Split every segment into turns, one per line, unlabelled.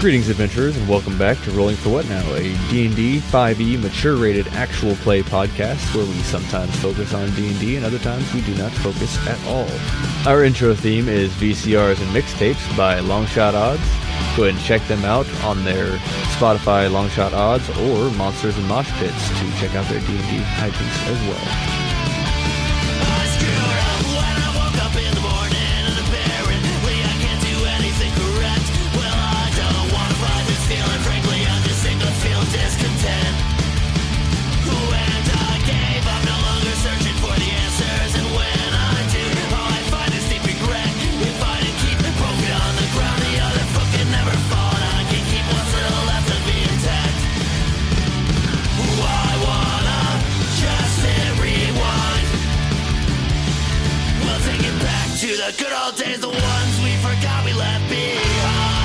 Greetings, adventurers, and welcome back to Rolling for What Now, a D&D 5e mature-rated E actual play podcast where we sometimes focus on D&D and other times we do not focus at all. Our intro theme is VCRs and mixtapes by Longshot Odds. Go ahead and check them out on their Spotify Longshot Odds or Monsters and Mosh Pits to check out their D&D hypebeats as well.
I screwed up when I woke up in the morning and apparently I can't do anything correct. Well, I don't wanna fight this feeling, frankly, I'm just sick of feeling discontent. When I gave up, no longer searching for the answers, and when I do, all I find is deep regret. If I didn't keep it broken on the ground, the other fucking never fall, and I can keep what's little left of me intact. I wanna just hit rewind. We'll take it back to the good old days, the ones we forgot we left behind.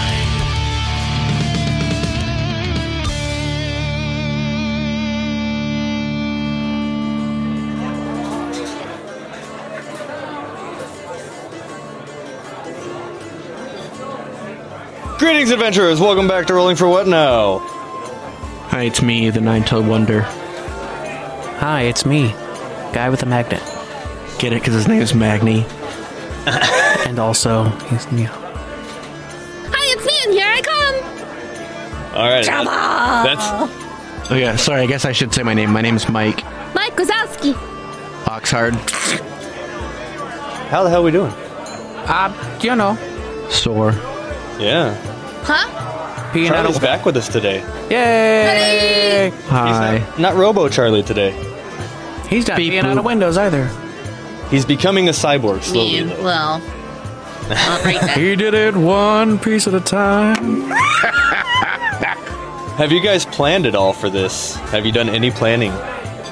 Greetings, adventurers! Welcome back to Rolling for What Now.
Hi, it's me, the Nine-Tailed Wonder.
Hi, it's me, guy with a magnet,
Get it? Because his name is Magni.
and also he's yeah.
Hi, it's me, and here I come.
All right, that's
Oh yeah, sorry. I guess I should say my name. My name is Mike
Mike Wazowski.
Oxhard.
how the hell we doing?
Uh, you know,
Sore.
Yeah,
Huh?
peeing out
Charlie's
of
back with us today.
yay.
Hi.
He's not, not Robo Charlie today.
He's not
Beep
peeing out
boop.
of windows either.
He's becoming a cyborg slowly.
Mean,
though.
well. All right then.
He did it one piece at a time.
Have you guys planned at all for this? Have you done any planning?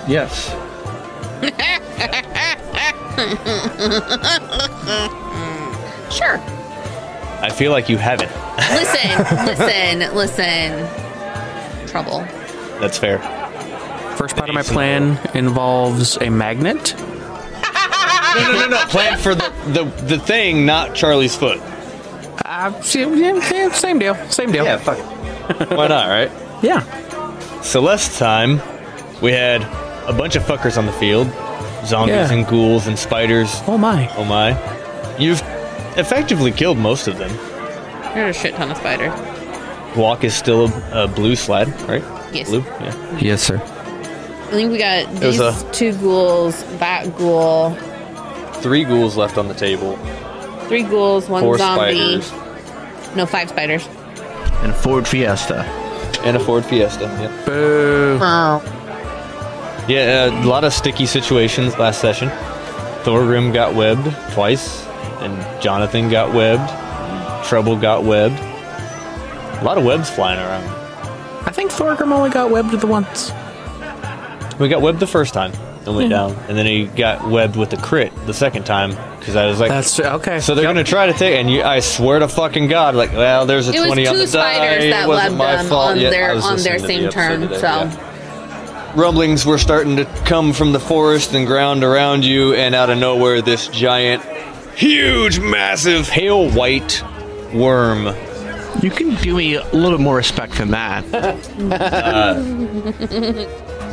Yes.
Sure.
I feel like you haven't.
Listen, listen, listen. Trouble.
That's fair.
First part of my plan involves a magnet.
No, no, no, no. Plan for the, the the thing, not Charlie's foot.
Uh, same, yeah, same- same deal, same deal.
fuck it. Why not, right?
Yeah.
So last time, we had a bunch of fuckers on the field, zombies
Yeah.
and ghouls and spiders.
Oh my.
Oh my! You've effectively killed most of them.
There's a shit ton of spiders.
Walk is still a, a blue slide, right?
Yes.
Blue. Yeah.
Yes, sir.
I think we got
was
these
a-
two ghouls, that ghoul,
Three ghouls left on the table.
three ghouls, one
Four
zombie.
spiders.
No, five spiders.
And a Ford Fiesta.
And a Ford Fiesta. Yeah.
Boo.
Yeah, uh, a lot of sticky situations last session. Thorgrim got webbed twice, and Jonathan got webbed. Trouble got webbed. A lot of webs flying around.
I think Thorgrim only got webbed the once.
We got webbed the first time and went down, and then he got webbed with a crit the second time because I was like,
That's okay.
"So they're gonna try to take." And you, I swear to fucking god, like, well, there's a
It was
twenty on
two
the die.
spiders
it
that
wasn't
webbed
my
them
fault.
on
Yeah, I
their-
was
on their
listening to the
same
episode
turn,
today,
so-
yeah. rumblings were starting to come from the forest and ground around you, and out of nowhere, this giant, huge, massive, pale white worm
You can do me a little bit more respect than that.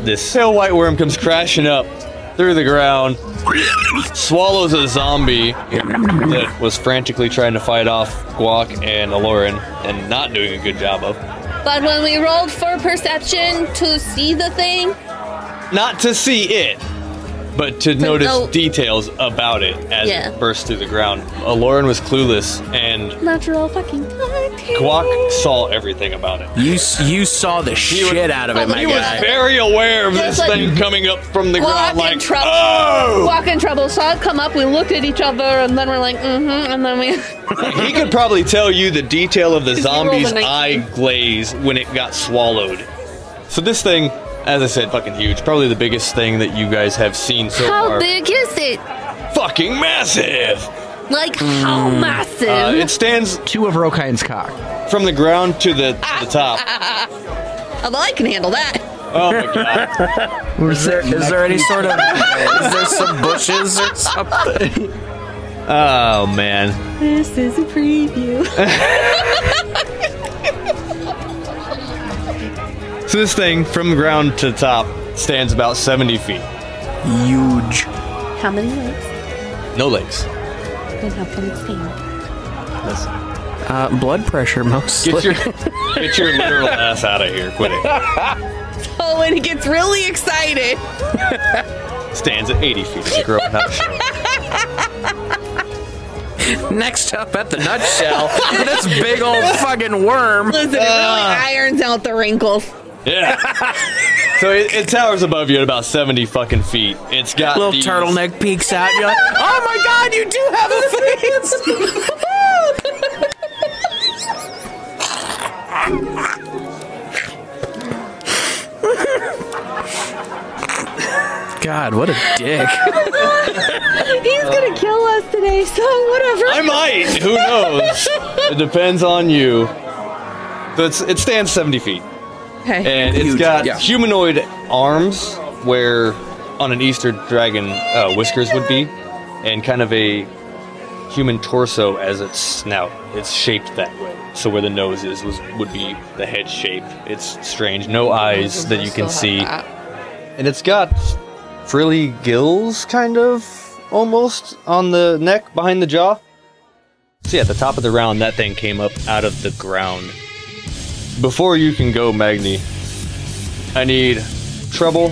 This pale white worm comes crashing up through the ground, swallows a zombie that was frantically trying to fight off Guac and Aloran and not doing a good job of.
But when we rolled for perception to see the thing,
Not to see it, but to notice
note-
details about it as
Yeah.
it burst through the ground. Aloran was clueless, and
natural fucking party.
Guac saw everything about it.
you s- you saw the shit out of it, my
He was
guy.
very aware of
Just
this
like
thing coming up from the
Guac
ground,
and
like,
Trump-
oh!
walk in trouble. So I come up, we looked at each other, and then we're like, mm-hmm, and then we
He could probably tell you the detail of the
he rolled a
zombie's
19.
eye glaze when it got swallowed. So this thing, as I said, fucking huge. Probably the biggest thing that you guys have seen so
How
far.
big is it?
Fucking massive!
Like how massive?
Uh, it stands
Two of Rokine's cock.
from the ground to the, to the top.
Although I can handle that.
Oh my god.
Is there is there any sort of is there some bushes or something?
Oh man.
This is a preview.
So this thing, from ground to top, stands about 70 feet.
Huge.
How many legs?
No legs.
And how can it stand?
Uh, blood pressure mostly.
Get your, get your literal ass out of here. Quit it.
Oh, and he gets really excited.
Stands at 80 feet. It's a grown up show.
Next up at the nutshell, this big old fucking worm.
Listen, it really
Uh.
irons out the wrinkles.
Yeah. So it, it towers above you at about 70 fucking feet. It's got
Little
these-
turtleneck peeks out. You're like, oh my god, you do have a face. God, what a dick.
He's gonna
Uh.
kill us today, so whatever.
I might. Who knows? it depends on you. So it's, it stands 70 feet.
okay.
And it's
Huge,
got
yeah.
humanoid arms where on an Easter dragon uh, whiskers would be, and kind of a human torso as its snout. It's shaped that way. So where the nose is was, would be the head shape. It's strange. No eyes that you can see. And it's got frilly gills, kind of, almost, on the neck, behind the jaw. So yeah, at the top of the round, that thing came up out of the ground. Before you can go, Magni, I need Treble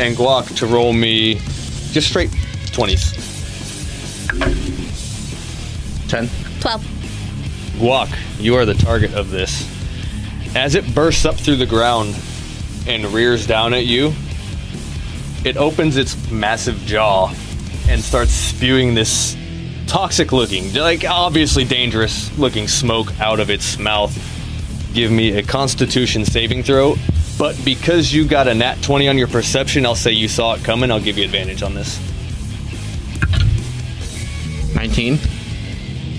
and Glock to roll me just straight 20s.
10.
Twelve.
Glock, you are the target of this. As it bursts up through the ground and rears down at you, it opens its massive jaw and starts spewing this toxic looking, like obviously dangerous looking smoke out of its mouth. Give me a constitution saving throw, but because you got a nat 20 on your perception, I'll say you saw it coming. I'll give you advantage on this.
19.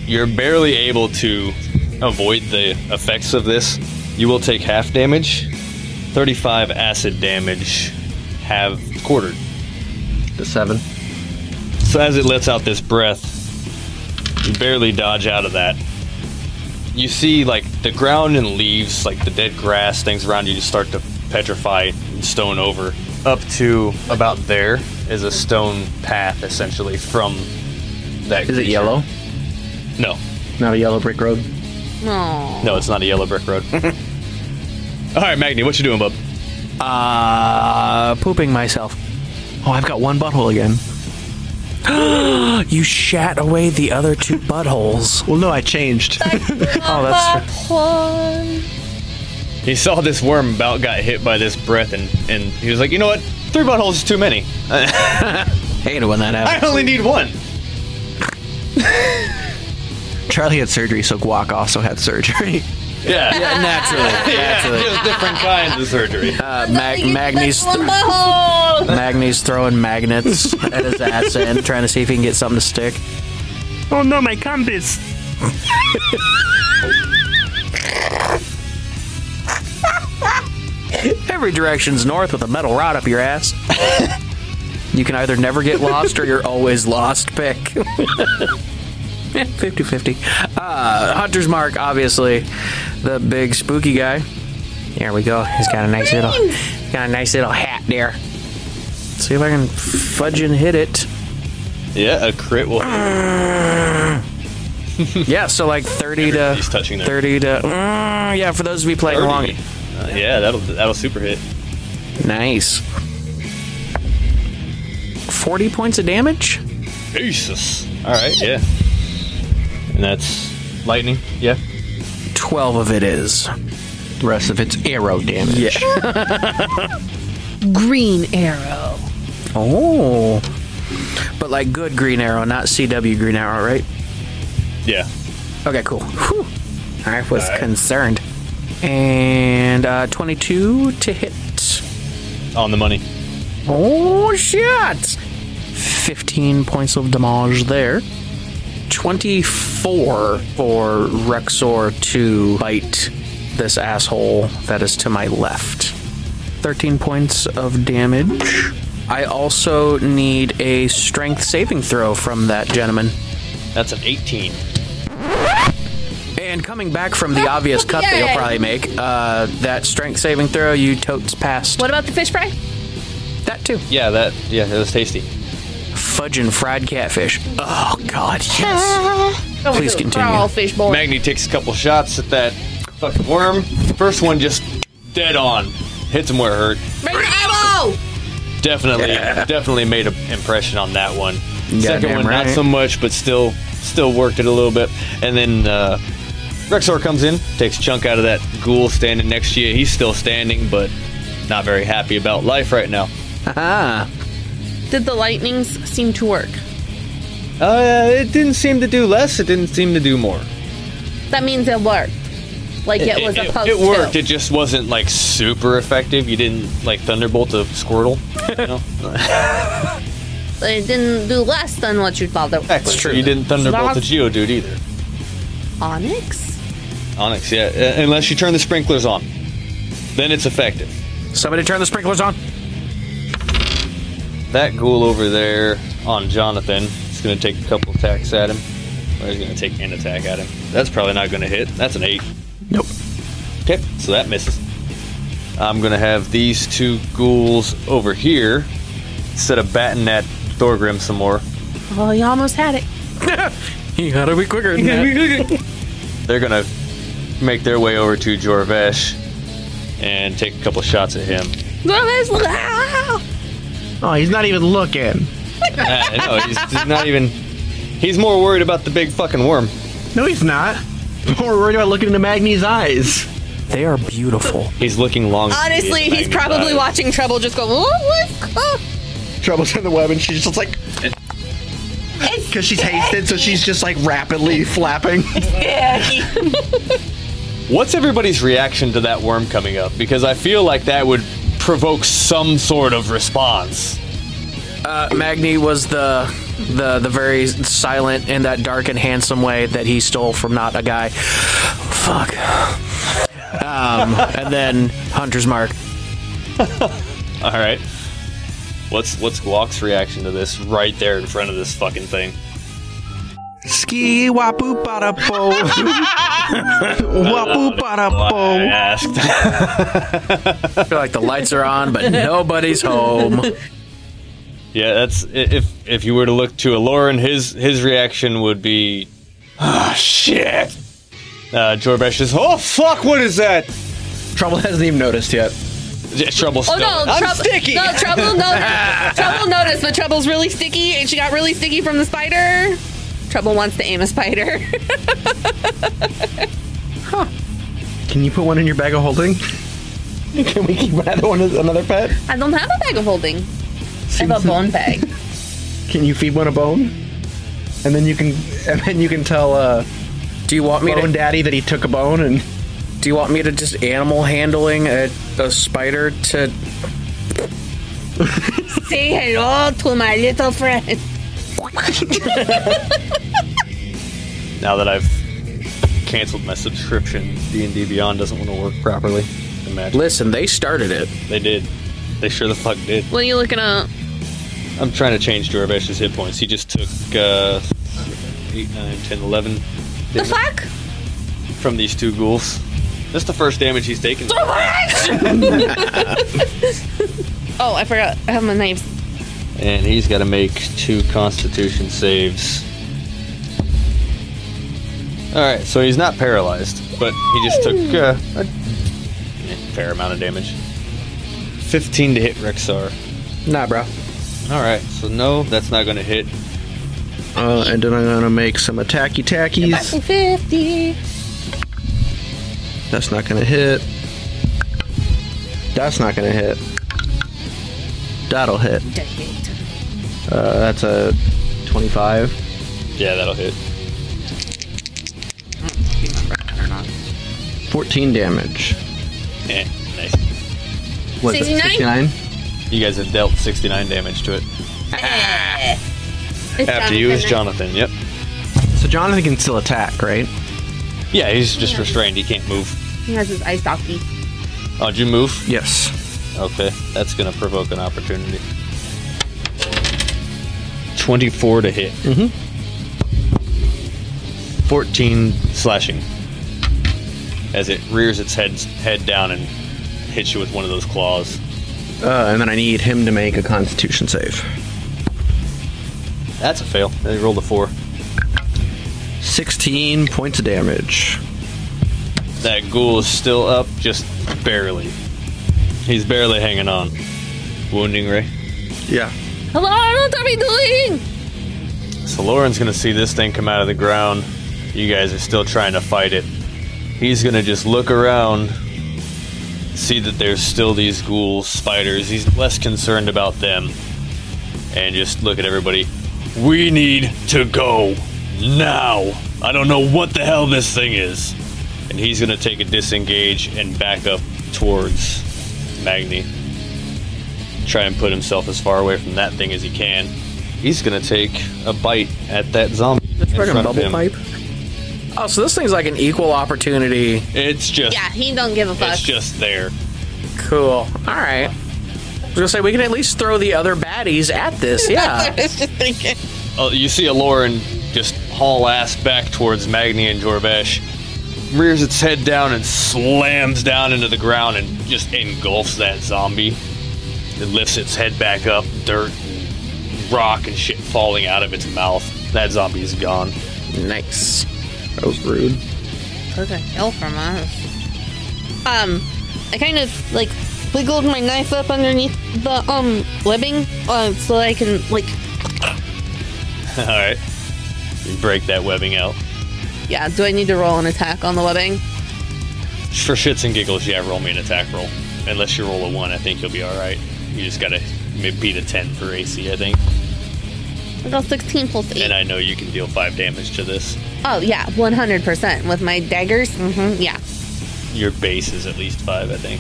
You're barely able to avoid the effects of this. You will take half damage, 35 acid damage, half quartered.
The 7.
So as it lets out this breath, you barely dodge out of that. You see, like, the ground and leaves, like the dead grass, things around you just start to petrify and stone over. Up to about there is a stone path, essentially, from that.
Is it
creature.
yellow?
No.
Not a yellow brick road?
No.
No, it's not a yellow brick road. All right, Magni, what you doing, bub?
Uh, pooping myself.
Oh, I've got one butthole again.
You shat away the other two buttholes.
Well, no, I changed.
Oh, that's true.
He saw this worm about got hit by this breath, and, and he was like, you know what? Three buttholes is too many.
Hated when that
I
happened.
only need one.
Charlie had surgery, so Guac also had surgery.
Yeah, yeah,
Naturally, naturally.
just different kinds of surgery.
Uh, Mag- Magni's,
Magni's.
Magni's throwing magnets at his ass end, trying to see if he can get something to stick.
Oh no, my compass!
Every direction's north with a metal rod up your ass. you can either never get lost or you're always lost pick. 50 50. Uh, Hunter's Mark, obviously, the big spooky guy. There we go. He's got a nice little,
uh.
he's got a nice little hat there. See if I can fudge and hit it.
yeah, a crit will hit
Yeah, so like 30 to
He's touching that.
30 to mm, yeah. For those of you playing
30.
along,
Uh, yeah, that'll that'll super hit.
nice. 40 points of damage.
Jesus. All right, yeah. And that's lightning. Yeah.
12 of it is.
The rest of it's arrow damage.
Yeah.
Green arrow.
oh. But like good green arrow, not CW green arrow, right?
Yeah.
Okay, cool. Whew. I was concerned. And uh, 22 to hit.
On the money.
Oh, shit! 15 points of damage there. 24 for Rexor to bite this asshole that is to my left. 13 points of damage. I also need a strength saving throw from that gentleman.
That's an 18.
And coming back from the obvious cut that
Yay.
you'll probably make, uh, that strength saving throw you totes past.
What about the fish fry?
That too.
Yeah, that yeah, that was tasty.
Fudge and fried catfish. Oh God, yes.
Oh,
Don't
Please
do it.
continue.
We're all fish boy.
Magni takes a couple shots at that fucking worm. First one just dead on. Hits him where it hurt.
Bring the eyeball!
Definitely, definitely made an impression on that one. Second
Goddamn
one, not
right.
so much, but still, still worked it a little bit. And then uh, Rexor comes in, takes a chunk out of that ghoul standing next to you. He's still standing, but not very happy about life right now.
Ah,
Did the lightnings seem to work?
Uh, it didn't seem to do less. It didn't seem to do more.
That means it worked. Like it, was
it,
supposed
it
to.
worked. It just wasn't like super effective. You didn't like thunderbolt a squirtle. You know?
It didn't do less than what you thought it
That's
true.
You didn't thunderbolt a geodude either.
Onyx?
Onyx, yeah. uh, Unless you turn the sprinklers on, then it's effective.
somebody turn the sprinklers on.
That ghoul over there on Jonathan is going to take a couple attacks at him. Or he's going to take an attack at him. That's probably not going to hit. That's an eight.
Nope.
Okay, so that misses. I'm gonna have these two ghouls over here instead of batting at Thorgrim some more.
Oh, you almost had it.
You gotta be quicker than that.
They're gonna make their way over to Jorvesh and take a couple shots at him.
Ah!
Oh, he's not even looking.
Uh, no, he's, he's not even. He's more worried about the big fucking worm.
No, he's not. More worried about looking into Magni's eyes.
They are beautiful.
He's looking long.
Honestly, he's
uh,
probably watching Trouble just go, "What was- oh."
Trouble's in the web, and she's just like. Because she's hasted, so she's just like rapidly flapping.
What's everybody's reaction to that worm coming up? Because I feel like that would provoke some sort of response.
Uh, Magni was the the the very silent in that dark and handsome way that he stole from not a guy. Fuck. Um, and then Hunter's Mark.
All right. What's what's Guac's reaction to this right there in front of this fucking thing?
Ski wapu para po. wapu para
I
po.
asked.
I feel like the lights are on, but nobody's home.
yeah, that's i- if if you were to look to Aloran, his his reaction would be,
Ah,
oh shit. Uh, Jorbesh is, oh fuck, what is that?
Trouble hasn't even noticed yet.
J- Trouble.
Oh no,
I'm
Trouble.
sticky.
No, Trouble noticed. trouble noticed, but Trouble's really sticky, and she got really sticky from the spider. Trouble wants to aim a spider.
Can you put one in your bag of holding? Can we keep another one as another pet?
I don't have a bag of holding. I have a bone bag.
Can you feed one a bone? And then you can, and then you can tell uh,
Do you want me
Bone
to?
Daddy that he took a bone and
Do you want me to just animal handling a, a spider to?
Say hello to my little friend.
Now that I've canceled my subscription, D and D Beyond doesn't want to work properly. Imagine
Listen, they started it.
they did. They sure the fuck did.
What are you looking at?
I'm trying to change Jorvesh's hit points. He just took uh, 8, 9, 10, 11
The fuck?
from these two ghouls. That's the first damage he's taken.
Oh, I forgot. I have my knives.
And he's got to make two constitution saves. Alright, so he's not paralyzed, but he just took uh, a fair amount of damage. 15 to hit Rexar.
Nah, bro.
Alright, so no, that's not going to hit.
Uh, and then I'm gonna make some attacky tackies.
Fifty.
That's not gonna hit. That's not gonna hit. That'll hit. Uh, that's a 25.
Yeah, that'll hit.
14 damage.
Eh, nice.
What is
69?
it? 69?
You guys have dealt 69 damage to it. After you is Jonathan, yep.
So Jonathan can still attack, right?
Yeah, he's just restrained. He can't move.
He has his ice hockey.
Oh, did you move?
Yes.
Okay, that's gonna provoke an opportunity. Twenty-four to hit. Mm-hmm. Fourteen slashing. as it rears its head head down and hits you with one of those claws.
Uh, and then I need him to make a Constitution save.
That's a fail. They rolled a four.
16 points of damage.
That ghoul is still up, just barely. He's barely hanging on. Wounding Ray.
Yeah.
Hello, what are we doing?
So Lauren's gonna see this thing come out of the ground. You guys are still trying to fight it. He's gonna just look around, see that there's still these ghouls, spiders. He's less concerned about them, and just look at everybody. We need to go now. I don't know what the hell this thing is. And he's gonna take a disengage and back up towards Magni. Try and put himself as far away from that thing as he can. He's gonna take a bite at that zombie. in
Fucking
front of
bubble
him.
pipe.
Oh, so this thing's like an equal opportunity.
It's just
Yeah, he don't give a fuck.
it's just there.
Cool. All right. I was gonna say we can at least throw the other baddies at this. Yeah.
It's just thinking.
Uh, you see a Lauren just haul ass back towards Magni and Jorvesh, rears its head down and slams down into the ground and just engulfs that zombie. It lifts its head back up, dirt, and rock, and shit falling out of its mouth. That zombie is gone.
nice.
That was rude.
Took a kill from us. Um, I kind of like wiggled my knife up underneath the um webbing, uh, so I can like
All right, you break that webbing out
yeah. Do I need to roll an attack on the webbing?
for shits and giggles. Yeah, roll me an attack roll. Unless you roll a one, I think you'll be all right. You just gotta ma- beat a ten for AC, I think.
I got 16 plus 8.
And I know you can deal five damage to this.
oh, yeah, 100%. With my daggers? Mm-hmm, yeah.
your base is at least five, I think.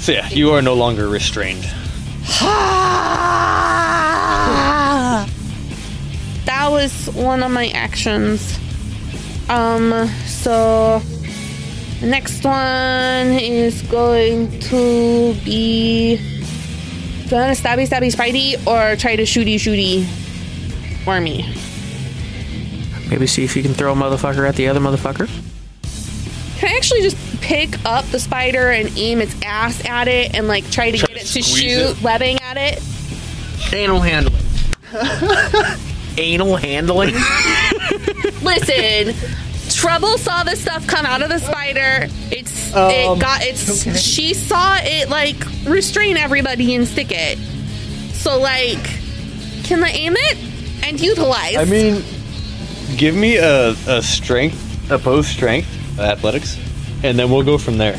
So yeah, you are no longer restrained.
That was one of my actions. Um, so the next one is going to be do I want to stabby stabby spidey or try to shooty shooty wormy?
Maybe see if you can throw a motherfucker at the other motherfucker.
Can I actually just pick up the spider and aim its ass at it and like try to
Try
get
to
it to
squeeze
shoot
it?
webbing at it?
Anal handling. Anal handling.
Listen, Trouble saw this stuff come out of the spider. It's it got it's she saw it like restrain everybody and stick it. So like, can I aim it and utilize?
I mean, give me a, a strength, opposed strength, athletics, and then we'll go from there.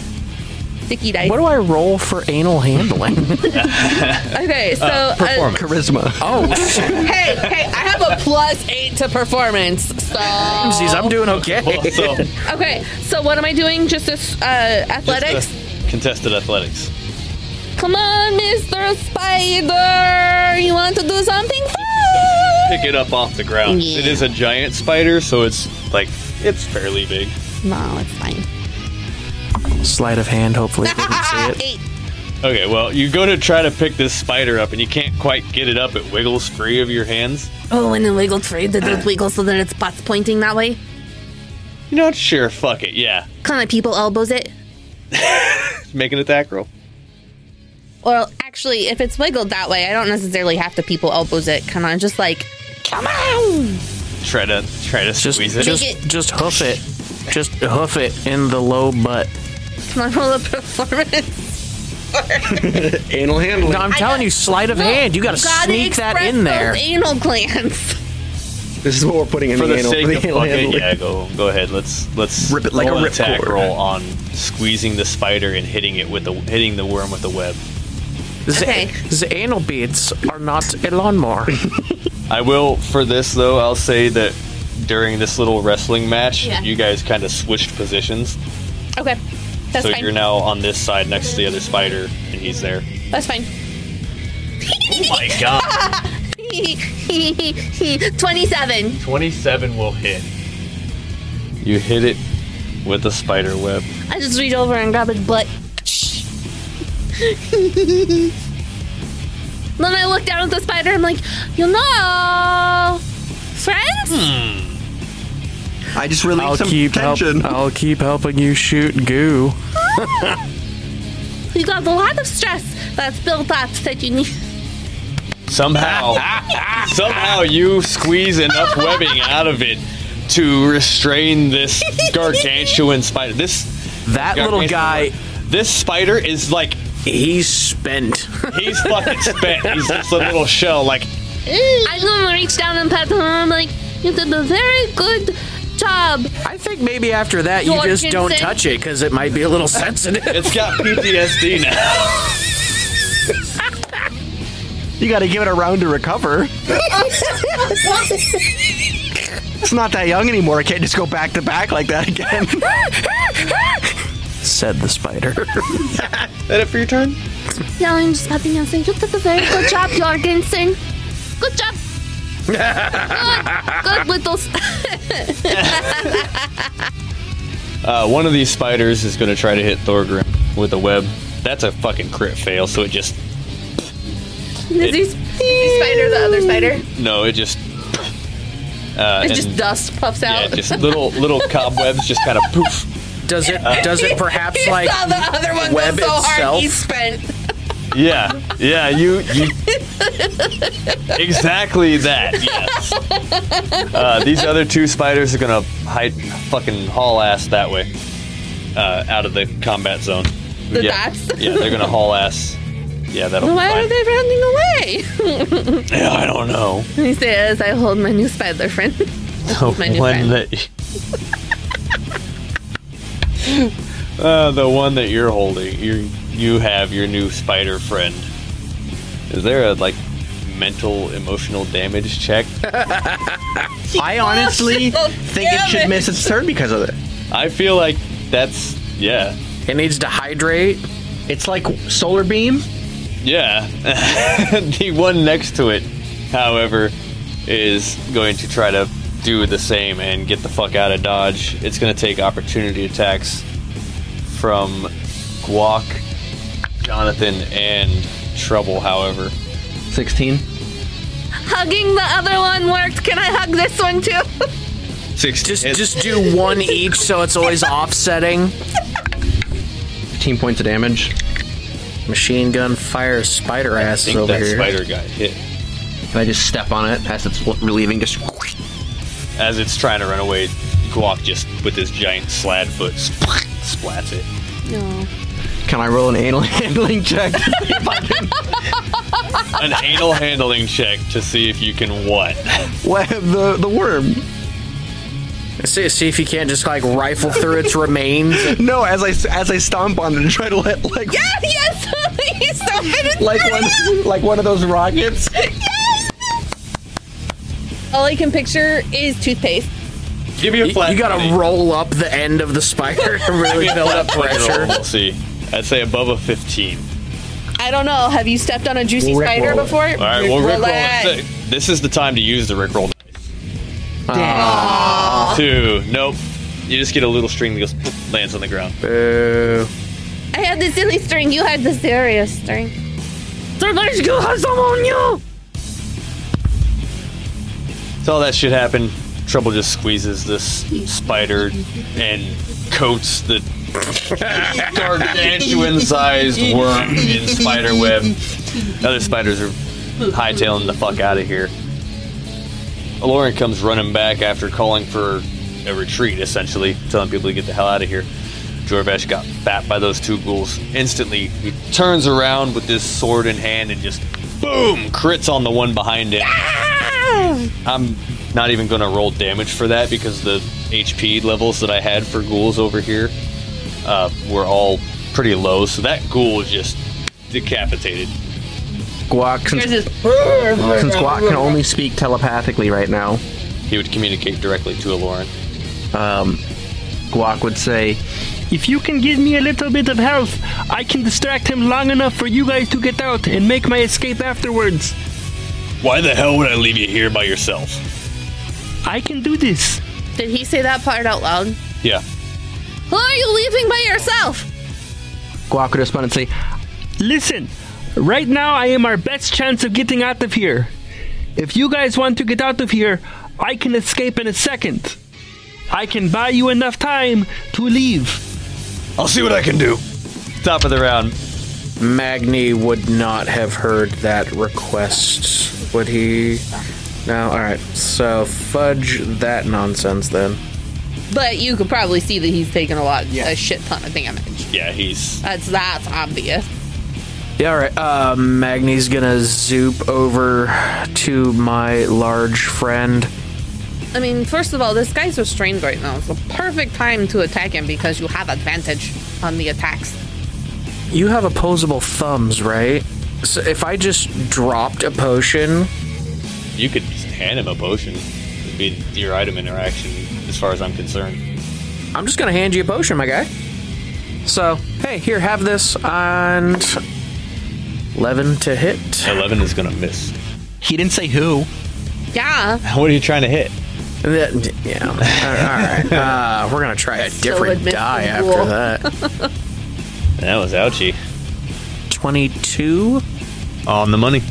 sticky dice.
what do I roll for anal handling?
okay, so uh,
Charisma.
oh, jeez,
hey hey, I have a plus eight to performance. So
I'm doing okay.
So
okay, so what am I doing? Just this uh, athletics.
just, uh, contested athletics.
Come on, Mr. Spider, you want to do something fun?
Pick it up off the ground.
Yeah.
It is a giant spider, so it's like it's fairly big.
No, it's fine.
Sleight of hand. Hopefully, you didn't see it.
Eight.
Okay, well, you go to try to pick this spider up, and you can't quite get it up. It wiggles free of your hands.
Oh, and it wiggled free. Did it wiggle so that its butt's pointing that way?
You know, what? sure, fuck it, yeah.
Kind of people elbows it.
Make an attack roll.
Or actually, if it's wiggled that way, I don't necessarily have to people elbows it. Kind of just like, come on.
Try to try to
Just,
squeeze it.
just,
it.
just hoof it. Just hoof it in the low butt.
Come on, roll a performance.
Anal handling.
No, I'm
I
telling
got-
you, sleight of
No,
hand. You gotta,
gotta
sneak that
express
in there.
Those anal glands.
This is what we're putting in
for
the,
the
anal,
sake
for the
of
anal
fucking,
handling.
yeah, go go ahead. Let's let's
Rip it like
roll
a
an
rip
attack
cord.
roll on squeezing the spider and hitting it with the hitting the worm with the web.
Z-
Okay.
The anal beads are not a lawnmower.
I will for this though. I'll say that during this little wrestling match,
Yeah.
you guys kind of switched positions,
Okay, that's
so
fine.
you're now on this side next to the other spider, and he's there.
that's fine.
My God,
27.
twenty-seven will hit. You hit it with a spider web.
I just reach over and grab its butt. then I look down at the spider. I'm like, you know, friends.
I just released
I'll
some
keep help,
tension.
I'll keep helping you shoot goo.
You got a lot of stress that's built up that you need.
Somehow, somehow you squeeze enough webbing out of it to restrain this gargantuan spider. This
That
gargantuan-
little guy,
This spider is like
he's spent.
he's fucking spent. He's just a little shell. Like
I'm gonna reach down and pat him. I'm like, you did a very good job.
I think maybe after that you just
Jorgensen.
don't touch it because it might be a little sensitive.
it's got PTSD now.
You gotta give it a round to recover. it's not that young anymore. It can't just go back to back like that again.
Said the spider.
that it for your turn?
Yeah, I'm just patting him. Saying, you did a very good job, Jorgensen. Good job. good, good with those.
Uh, one of these spiders is going to try to hit Thorgrim with a web. That's a fucking crit fail. So it just
Is he
Spider, the other spider.
no, it just. Uh,
It's just
and-
dust puffs out.
Yeah, just little little cobwebs just kind of poof.
Does it? Does it perhaps
He
like
saw the other one go so
web
hard he
itself?
spent.
Yeah, yeah, you, you exactly that. Yes. Uh, these other two spiders are gonna hide, fucking haul ass that way, uh, out of the combat zone.
The
yeah.
dots?
Yeah, they're gonna haul ass. Yeah, that'll.
Why are
be fine.
they running away?
Yeah, I don't know.
He says, I hold my new spider friend. my new
Oh, one
friend.
that. uh, the one that you're holding, you you have your new spider friend. Is there a like mental emotional damage check?
I honestly think it should miss its turn because of it.
I feel like that's yeah,
it needs to hydrate?
It's like solar beam.
yeah. the one next to it, however, is going to try to do the same and get the fuck out of dodge. It's going to take opportunity attacks from Guac, Jonathan, and Trouble. However,
Sixteen.
Hugging the other one worked. Can I hug this one too?
six.
Just just do one each so it's always offsetting.
Fifteen points of damage.
Machine gun fire spider
I
ass
think
over
that
here.
spider got hit
If I just step on it as it's relieving, just
as it's trying to run away. Guac just with his giant slad foot splats it.
can I roll an anal handling check?
An anal handling check to see if you can what?
Web the the worm.
See, see if you can't just like rifle through its remains.
No, as I as I stomp on it and try to let like
yes, he's so good.
like one like one of those rockets.
All I can picture is toothpaste.
Give me a
You,
flat.
you gotta
20.
roll up the end of the spider to really build up pressure.
We'll see. I'd say above a 15.
I don't know. Have you stepped on a juicy
Rickroll
spider
it.
before?
All right, we'll rickroll. it. This is the time to use the rickroll. Two. Nope. You just get a little string that goes poof, lands on the ground.
Boo.
I had the silly string. You had the serious string.
So all that shit happened. Trouble just squeezes this spider and coats the gargantuan-sized worm in spider web. Other spiders are hightailing the fuck out of here. Lauren comes running back after calling for a retreat, essentially, telling people to get the hell out of here. Jorvesh got bat by those two ghouls. Instantly, he turns around with this sword in hand and just boom crits on the one behind him. I'm not even going to roll damage for that because the HP levels that I had for ghouls over here uh, were all pretty low. So that ghoul is just decapitated.
Guac, since, since Guac can only speak telepathically right now,
He would communicate directly to Aloran.
Guac would say,
If you can give me a little bit of health, I can distract him long enough for you guys to get out and make my escape afterwards.
Why the hell would I leave you here by yourself?
I can do this.
Did he say that part out loud?
Yeah.
Who are you leaving by yourself?
Guac would respond and say,
Listen, right now I am our best chance of getting out of here. If you guys want to get out of here, I can escape in a second. I can buy you enough time to leave.
I'll see what I can do. Top of the round.
Magni would not have heard that request, would he? No? Alright, so fudge that nonsense then.
But you could probably see that he's taking a lot, a shit ton of damage.
Yeah, he's
That's that's obvious.
Yeah, alright, uh, Magni's gonna zoop over to my large friend.
I mean, first of all, this guy's restrained right now. It's the perfect time to attack him because you have advantage on the attacks.
You have opposable thumbs, right? So if I just dropped a potion,
you could just hand him a potion. It'd be your item interaction, as far as I'm concerned.
I'm just gonna hand you a potion, my guy. So, hey, here, have this, and 11 to hit.
Eleven is gonna miss.
He didn't say who.
Yeah,
What are you trying to hit?
That- yeah, all right. Uh, we're gonna try a different
admit
die
the rule.
after that.
That was ouchie.
22,
On the money.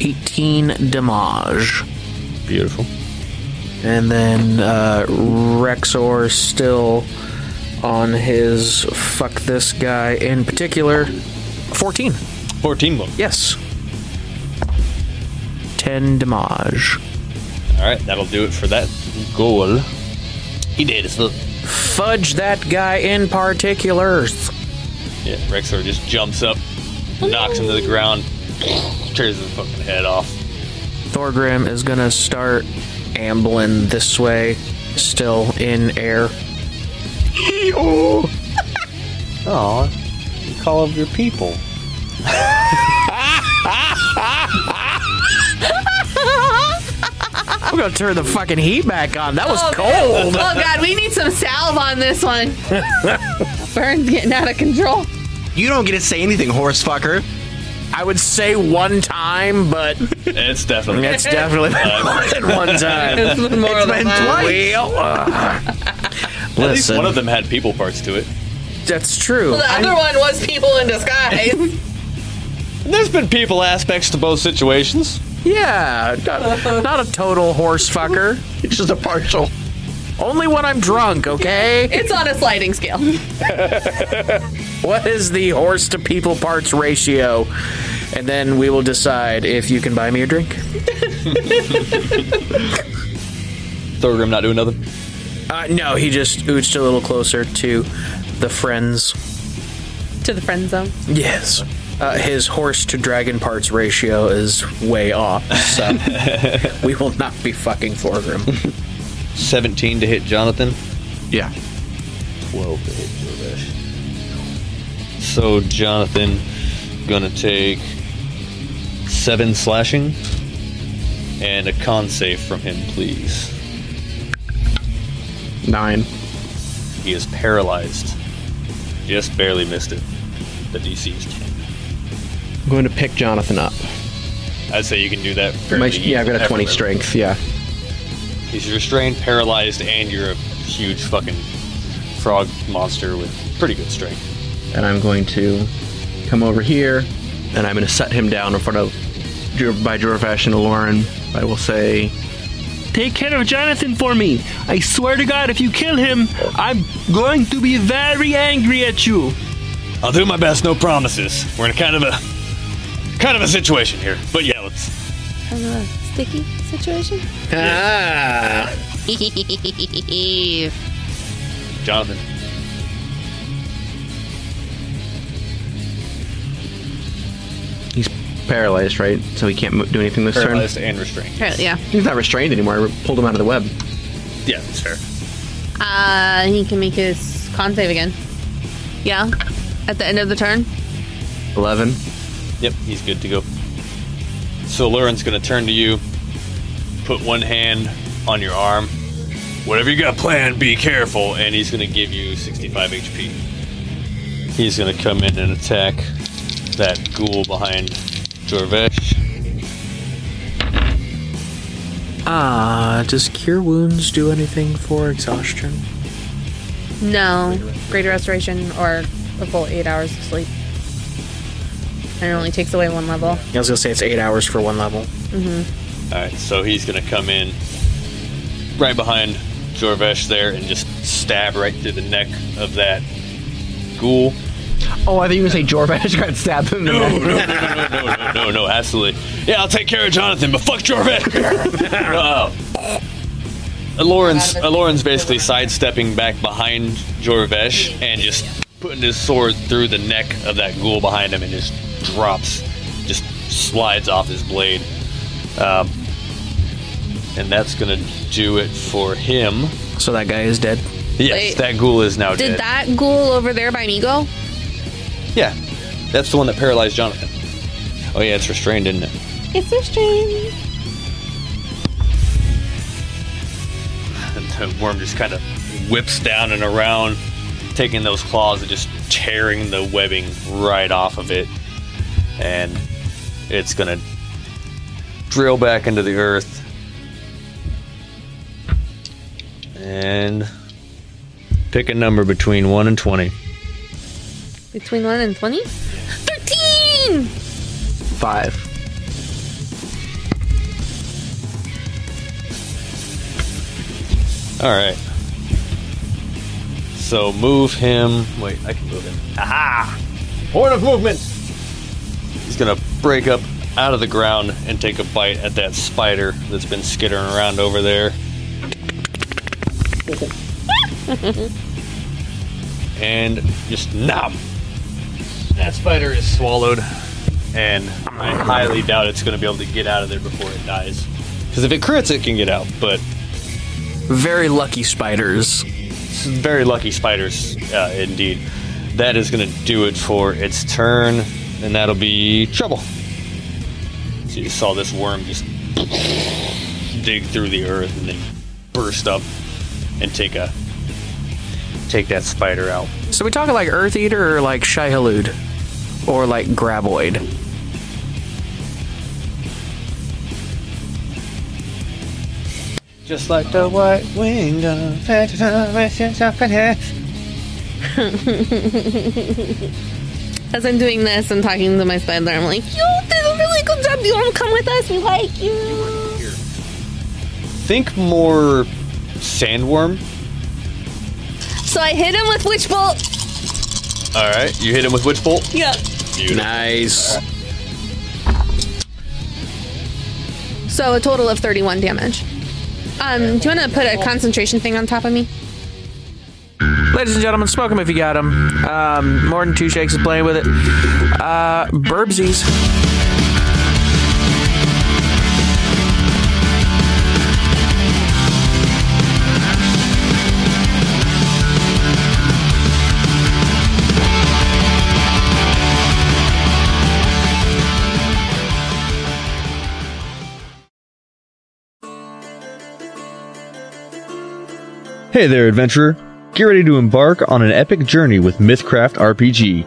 18 damage.
Beautiful.
And then uh, Rexor still on his fuck this guy in particular. 14,
Fourteen book.
yes. 10 damage.
All right, that'll do it for that goal. He did it. so-
Fudge that guy in particular.
Yeah, Rexor just jumps up, knocks him to the ground, tears his fucking head off.
Thorgrim is gonna start ambling this way, still in air.
Aw, you call up your people.
I'm gonna turn the fucking heat back on. That was
Oh
cold.
god, we need some salve on this one. Burn's getting out of control.
You don't get to say anything, horse fucker.
I would say one time, but
It's definitely.
it's definitely been more than one time.
It's been more
It's
than
been
that.
twice.
Well, uh,
At least
listen,
one of them had people parts to it.
that's true.
The
I-
other one was people in disguise.
There's been people aspects to both situations.
yeah, not, not a total horse fucker.
It's just a partial.
Only when I'm drunk, okay?
it's on a sliding scale.
What is the horse to people parts ratio? And then we will decide if you can buy me a drink.
Thorgrim not doing nothing.
Uh, no, he just ooched a little closer to the friends.
to the friend zone.
Yes. Uh, his horse to dragon parts ratio is way off, so we will not be fucking Thorgrim.
17 to hit Jonathan.
Yeah.
12 to hit Jordash. So Jonathan gonna take seven slashing and a con save from him, please.
Nine.
He is paralyzed. Just barely missed it. The DC is 10.
I'm going to pick Jonathan up.
I'd say you can do that. fairly
My, yeah, I've got a 20
effortlessly.
strength. Yeah.
He's restrained, paralyzed, and you're a huge fucking frog monster with pretty good strength.
and I'm going to come over here, and I'm going to set him down in front of Dr- by Jorvash and Lauren. I will say,
Take care of Jonathan for me. I swear to God, if you kill him, I'm going to be very angry at you.
I'll do my best, no promises. We're in a kind of a kind of a situation here. But yeah, let's
Sticky situation?
Jonathan.
he's paralyzed, right? So he can't mo- do anything this
Paralyzed and restrained.
Apparently, yeah.
turn. He's not restrained anymore. I pulled him out of the web.
Yeah, that's fair.
Uh, he can make his con save again. Yeah. At the end of the turn.
11.
Yep, he's good to go. So Lauren's gonna turn to you, put one hand on your arm. Whatever you got planned, be careful, and he's gonna give you 65 HP. He's gonna come in and attack that ghoul behind Jorvesh.
Ah, does cure wounds do anything for exhaustion?
No. Greater restoration or a full eight hours of sleep. And it only takes away one level.
I was gonna say it's eight hours for one level.
Alright, so he's gonna come in right behind Jorvesh there and just stab right through the neck of that ghoul.
Oh, I thought you were going to say Jorvash got stabbed in the neck.
no, no, no, no, no, absolutely. Yeah, I'll take care of Jonathan, but fuck Jorvet. no. Uh, Lauren's uh, Lauren's basically sidestepping back behind Jorvesh and just putting his sword through the neck of that ghoul behind him and just drops, just slides off his blade. Um, and that's gonna do it for him.
So that guy is dead.
Yes,
Wait.
that ghoul is now
Did
dead.
that ghoul over there by me go?
yeah, that's the one that paralyzed Jonathan. Oh yeah, it's restrained, isn't it?
It's a strange.
And the worm just kind of whips down and around, taking those claws and just tearing the webbing right off of it. And it's going to drill back into the earth. And pick a number between 1 and 20.
Between 1 and 20? 13!
Five.
All right. So move him. Wait, I can move him. Aha! Horn of movement. He's gonna break up out of the ground and take a bite at that spider that's been skittering around over there. and just nom. That spider is swallowed, and I highly doubt it's gonna be able to get out of there before it dies. Because if it crits, it can get out, but
Very lucky spiders.
very lucky spiders uh, indeed that is going to do it for its turn and that'll be trouble so you saw this worm just dig through the earth and then burst up and take a take that spider out
So we talking like Earth Eater or like Shihalud? Or like Graboid?
just like the white winged
As I'm doing this and talking to my spider, I'm like, you did a really good job. Do you want to come with us? We like you.
think more sandworm
So I hit him with Witch Bolt.
all right you hit him with witch bolt
Yeah.
Nice.
So a total of 31 damage. Um, do you want to put a concentration thing on top of me?
Ladies and gentlemen, smoke 'em if you got 'em. Um, more than two shakes is playing with it. Uh, Burbsies.
Hey there, adventurer! Get ready to embark on an epic journey with Mythcraft RPG.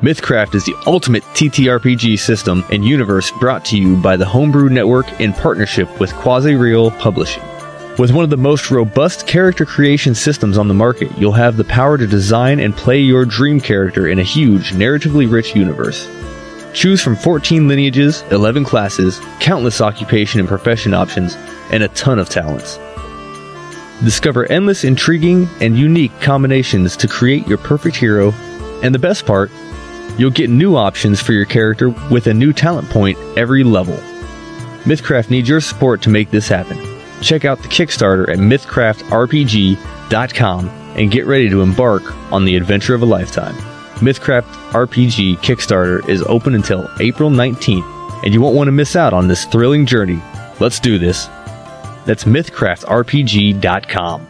Mythcraft is the ultimate TTRPG system and universe brought to you by the Homebrew Network in partnership with Quasi Real Publishing. With one of the most robust character creation systems on the market, you'll have the power to design and play your dream character in a huge, narratively rich universe. Choose from 14 lineages, 11 classes, countless occupation and profession options, and a ton of talents. Discover endless, intriguing, and unique combinations to create your perfect hero. And the best part, you'll get new options for your character with a new talent point every level. Mythcraft needs your support to make this happen. Check out the Kickstarter at mythcraftrpg.com and get ready to embark on the adventure of a lifetime. Mythcraft RPG Kickstarter is open until April 19th, and you won't want to miss out on this thrilling journey. Let's do this. That's mythcraftrpg.com.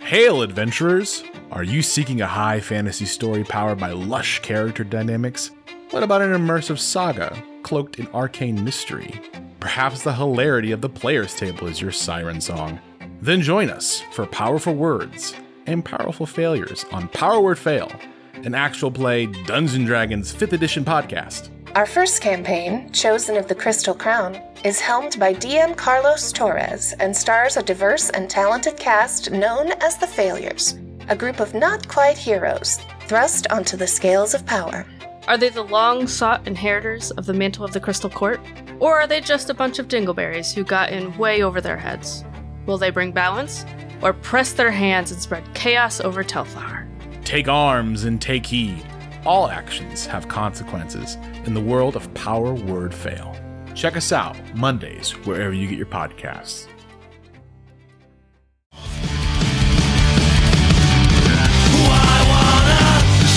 Hail, adventurers! Are you seeking a high fantasy story powered by lush character dynamics? What about an immersive saga cloaked in arcane mystery? Perhaps the hilarity of the player's table is your siren song. Then join us for powerful words and powerful failures on Power Word Fail, an actual play Dungeons and Dragons 5th edition podcast.
Our first campaign, Chosen of the Crystal Crown, is helmed by DM Carlos Torres and stars a diverse and talented cast known as the Failures, a group of not quite heroes thrust onto the scales of power.
Are they the long sought inheritors of the mantle of the Crystal Court? Or are they just a bunch of dingleberries who got in way over their heads? Will they bring balance? Or press their hands and spread chaos over Telfar?
Take arms and take heed. All actions have consequences in the world of power word fail. Check us out Mondays wherever you get your podcasts.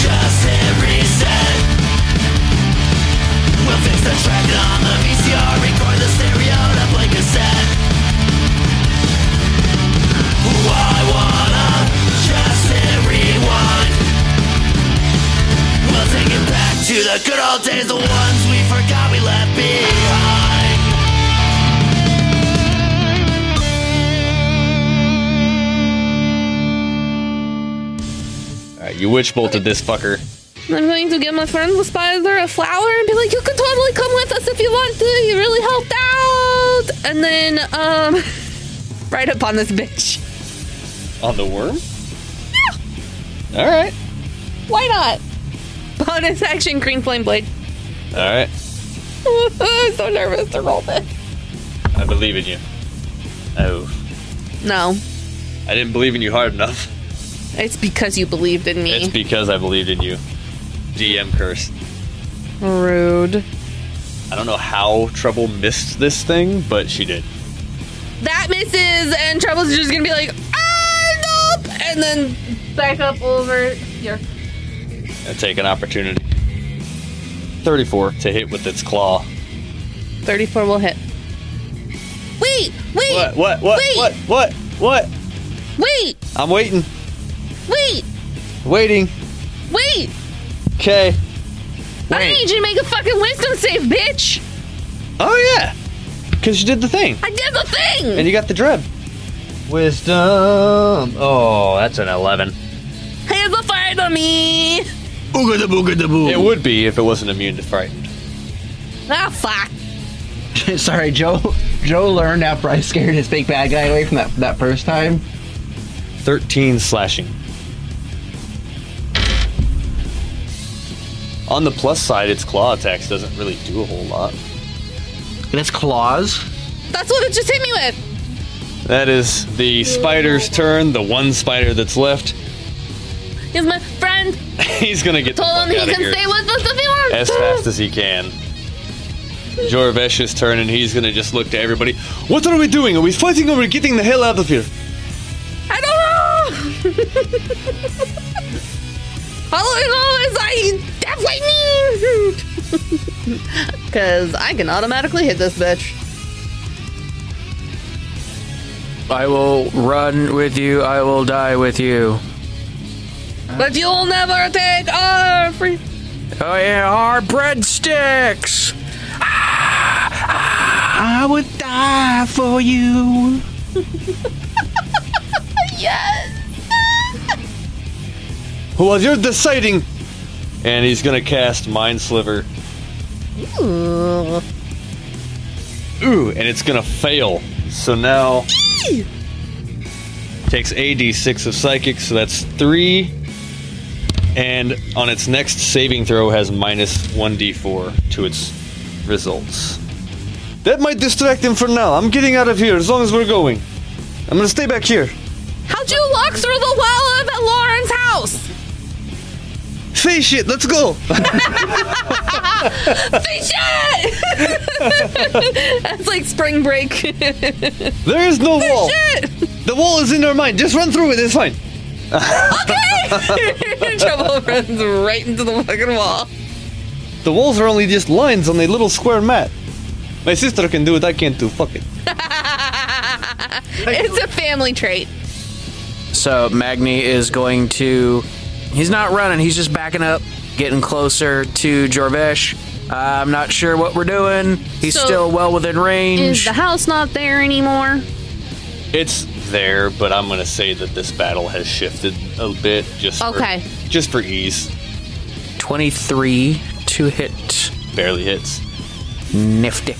Just hit reset. We'll fix the track on the VCR, record the stereo to play cassette. I wanna just hit rewind. We'll take it back to the good old days, the ones we forgot we left behind.
Alright, you witch bolted this fucker.
I'm going to give my friend the spider a flower and be like, you can totally come with us if you want to. You really helped out. And then, um, right up on this bitch.
On the worm?
All
right.
Why not? Bonus action, green flame blade.
Alright.
I'm so nervous to roll this.
I believe in you. Oh.
No,
I didn't believe in you hard enough.
it's because you believed in me.
It's because I believed in you. DM curse.
Rude.
I don't know how Trouble missed this thing, but she did.
That misses, and Trouble's just gonna be like, ah, nope, and then back up over here.
I take an opportunity. 34 to hit with its claw.
34 will hit. Wait, wait,
What, what, what,
Wait.
what, what, what?
wait,
I'm waiting.
wait,
Waiting.
wait.
Okay.
I need you to make a fucking wisdom save, bitch.
Oh, yeah. Because you did the thing.
I did the thing.
And you got the dread. Wisdom. Oh, that's an 11.
Hands the fire on me.
Ooga da booga da boo. It would be if it wasn't immune to frightened.
Ah, fuck.
Sorry, Joe. Joe learned after I scared his big bad guy away from that that first time.
13 slashing. On the plus side, its claw attacks doesn't really do a whole lot. And its claws?
That's what it just hit me with.
That is the spider's turn, the one spider that's left.
He's my friend.
He's gonna get the
Told
fuck
him he
out of
can
here
stay with us if he wants.
as fast as he can. Jorvesh's turn, and he's gonna just look to everybody. What are we doing? Are we fighting or are we getting the hell out of here?
I don't know. All I know is I definitely need. Because I can automatically hit this bitch.
I will run with you. I will die with you.
But you'll never take our free.
Oh yeah, our breadsticks. I would die for you.
yes.
Well, you're deciding. And he's gonna cast Mind Sliver.
Ooh.
Ooh, and it's gonna fail. So now
Eee!
takes AD6 of psychic, so that's three. And on its next saving throw has minus 1d4 to its results. That might distract him for now. I'm getting out of here as long as we're going. I'm gonna stay back here.
How'd you walk through the wall of at Lauren's house?
Say shit, let's go!
Say shit! That's like spring break.
There is no wall!
shit!
The wall is in our mind. Just run through it, it's fine.
Trouble runs right into the fucking wall.
The walls are only just lines on a little square mat. My sister can do it, I can't do. Fuck it.
It's a family trait.
So Magni is going to. He's not running. He's just backing up, getting closer to Jorvesh. I'm not sure what we're doing. He's
So-
still well within
Is
range.
the house not there anymore?
It's there, but I'm gonna say that this battle has shifted a bit just
Okay.
for, just for ease.
23 to hit.
Barely hits.
Nifty.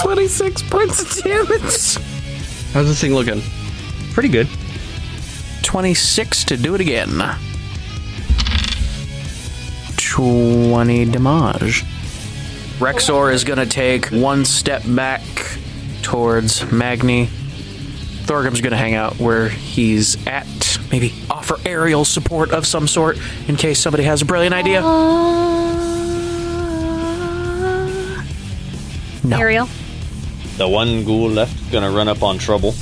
26 points of damage.
How's this thing looking?
Pretty good. 26 to do it again. 20 damage. Rexor is going to take one step back towards Magni. Thorgrim's going to hang out where he's at. Maybe offer aerial support of some sort in case somebody has a brilliant idea.
Ariel.
The one ghoul left gonna run up on trouble.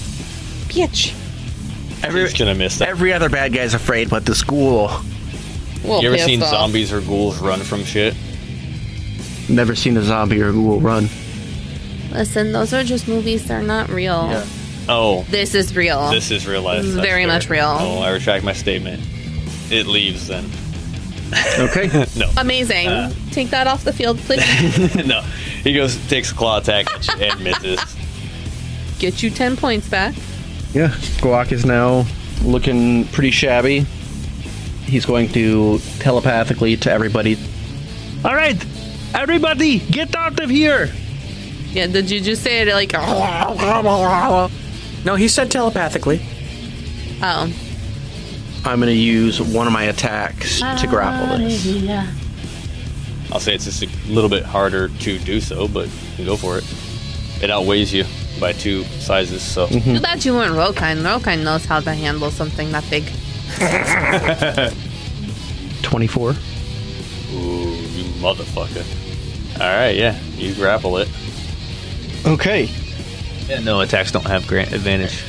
Bitch.
He's gonna miss that.
Every other bad guy's afraid, but this ghoul.
Well,
you ever
pissed
seen
off.
zombies or ghouls run from shit?
Never seen a zombie or ghoul run.
Listen, those are just movies. They're not real.
Oh.
This is real.
This is real life.
This is
That's
very
fair.
much real.
Oh, I retract my statement. It leaves then.
Okay.
no.
Amazing.
Uh,
Take that off the field, please.
no. He goes, takes a claw attack and misses.
Get you 10 points back.
Yeah, Guac is now looking pretty shabby. He's going to telepathically to everybody.
All right, everybody, get out of here.
Yeah, did you just say it like.
No, he said telepathically.
Oh.
I'm going to use one of my attacks to grapple this.
I'll say it's just a little bit harder to do so, but you can go for it. It outweighs you by two sizes, so.
Mm-hmm.
Too bad you weren't Rokind. Rokind knows how to handle something that big.
24.
Ooh, you motherfucker. Alright, yeah, you grapple it.
Okay.
Yeah, no, attacks don't have grant advantage.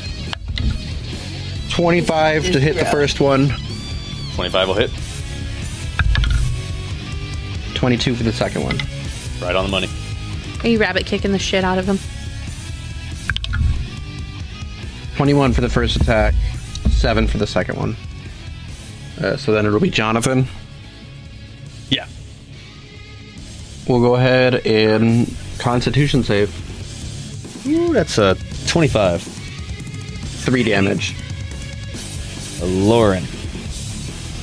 25 to hit the first one,
25 will hit,
22 for the second one.
right on the money.
Are you rabbit kicking the shit out of him?
21 for the first attack, 7 for the second one. Uh, so then it'll be Jonathan.
Yeah.
We'll go ahead and Constitution save.
Ooh, that's
uh,
a 25.
3 damage.
Lauren.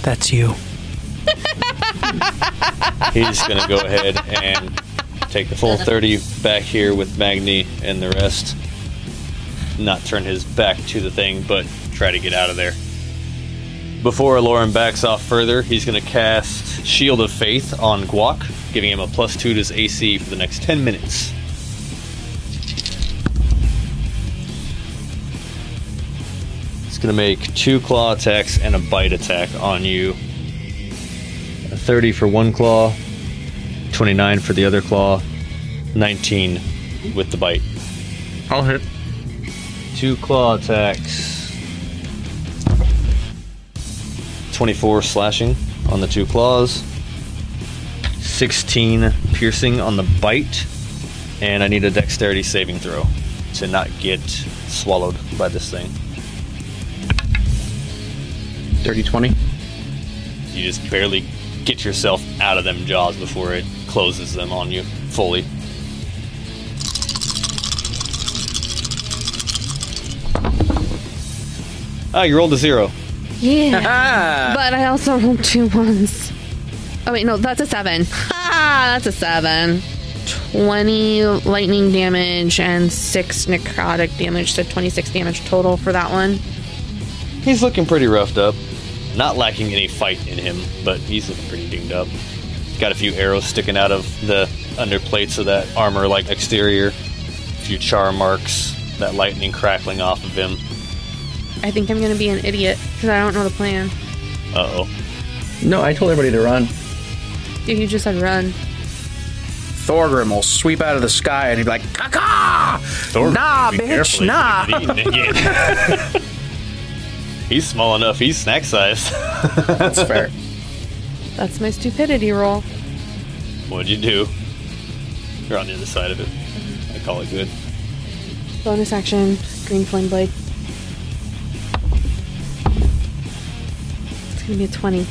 That's you.
He's going to go ahead and take the full 30 back here with Magni and the rest. Not turn his back to the thing, but try to get out of there. Before Lauren backs off further, he's going to cast Shield of Faith on Guac, giving him a plus 2 to his AC for the next 10 minutes. It's going to make two claw attacks and a bite attack on you. A 30 for one claw, 29 for the other claw, 19 with the bite.
I'll hit.
Two claw attacks. 24 slashing on the two claws, 16 piercing on the bite, and I need a dexterity saving throw to not get swallowed by this thing.
Dirty 20.
You just barely get yourself out of them jaws before it closes them on you fully. Ah, you rolled a zero.
Yeah. but I also rolled two ones. Oh, wait, no, that's a seven. Ha! That's a seven. 20 lightning damage and 6 necrotic damage, so 26 damage total for that one.
He's looking pretty roughed up. Not lacking any fight in him, but he's looking pretty dinged up. Got a few arrows sticking out of the underplates of that armor like exterior. A few char marks, that lightning crackling off of him.
I think I'm gonna be an idiot because I don't know the plan.
Uh oh.
No, I told everybody to run.
Dude, you just said run.
Thorgrim will sweep out of the sky and he'd be like, Kaka! Nah, bitch, nah!
he's small enough, he's snack sized. That's
fair.
That's my stupidity roll.
What'd you do? You're on the other side of it. I call it good.
Bonus action, green flame blade. It's gonna be a 20.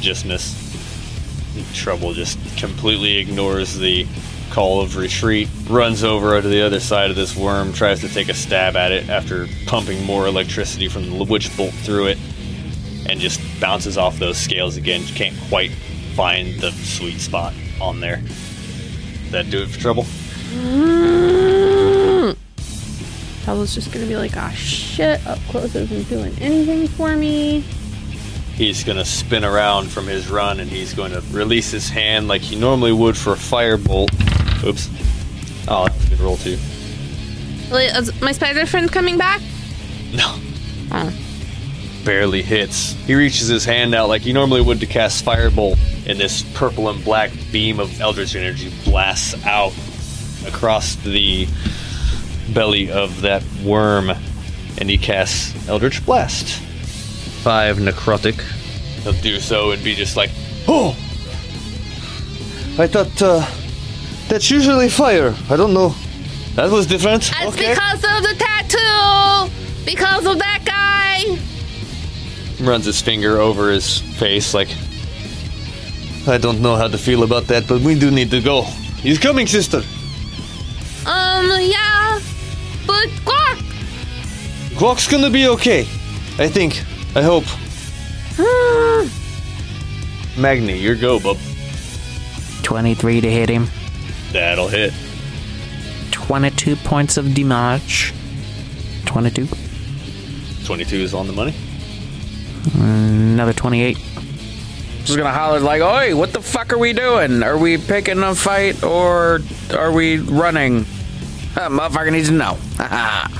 Just miss. Trouble just completely ignores the call of retreat, runs over to the other side of this worm, tries to take a stab at it after pumping more electricity from the witch bolt through it, and just bounces off those scales again. Can't quite find the sweet spot on there. That do it for trouble?
That was just gonna be like, ah, shit, up close isn't doing anything for me.
He's going to spin around from his run and he's going to release his hand like he normally would for a firebolt. Oops. Oh, that's a good roll, too.
Wait, Is my spider friend coming back?
No. Barely hits. He reaches his hand out like he normally would to cast Firebolt, and this purple and black beam of Eldritch energy blasts out across the belly of that worm, and he casts Eldritch Blast. Five necrotic. He'll do so and be just like,
Oh! I thought, uh, that's usually fire. I don't know.
that was different.
It's because of the tattoo! Because of that guy!
Runs his finger over his face like,
I don't know how to feel about that, but we do need to go. He's coming, sister.
Um, yeah. But Quark!
Glock's gonna be okay. I think. I hope.
Magni, your go, bub.
23 to hit him.
That'll hit.
22 points of damage. 22.
22 is on the money.
Another 28. Just gonna holler like, "Oi, what the fuck are we doing? Are we picking a fight or are we running?" That motherfucker needs to know.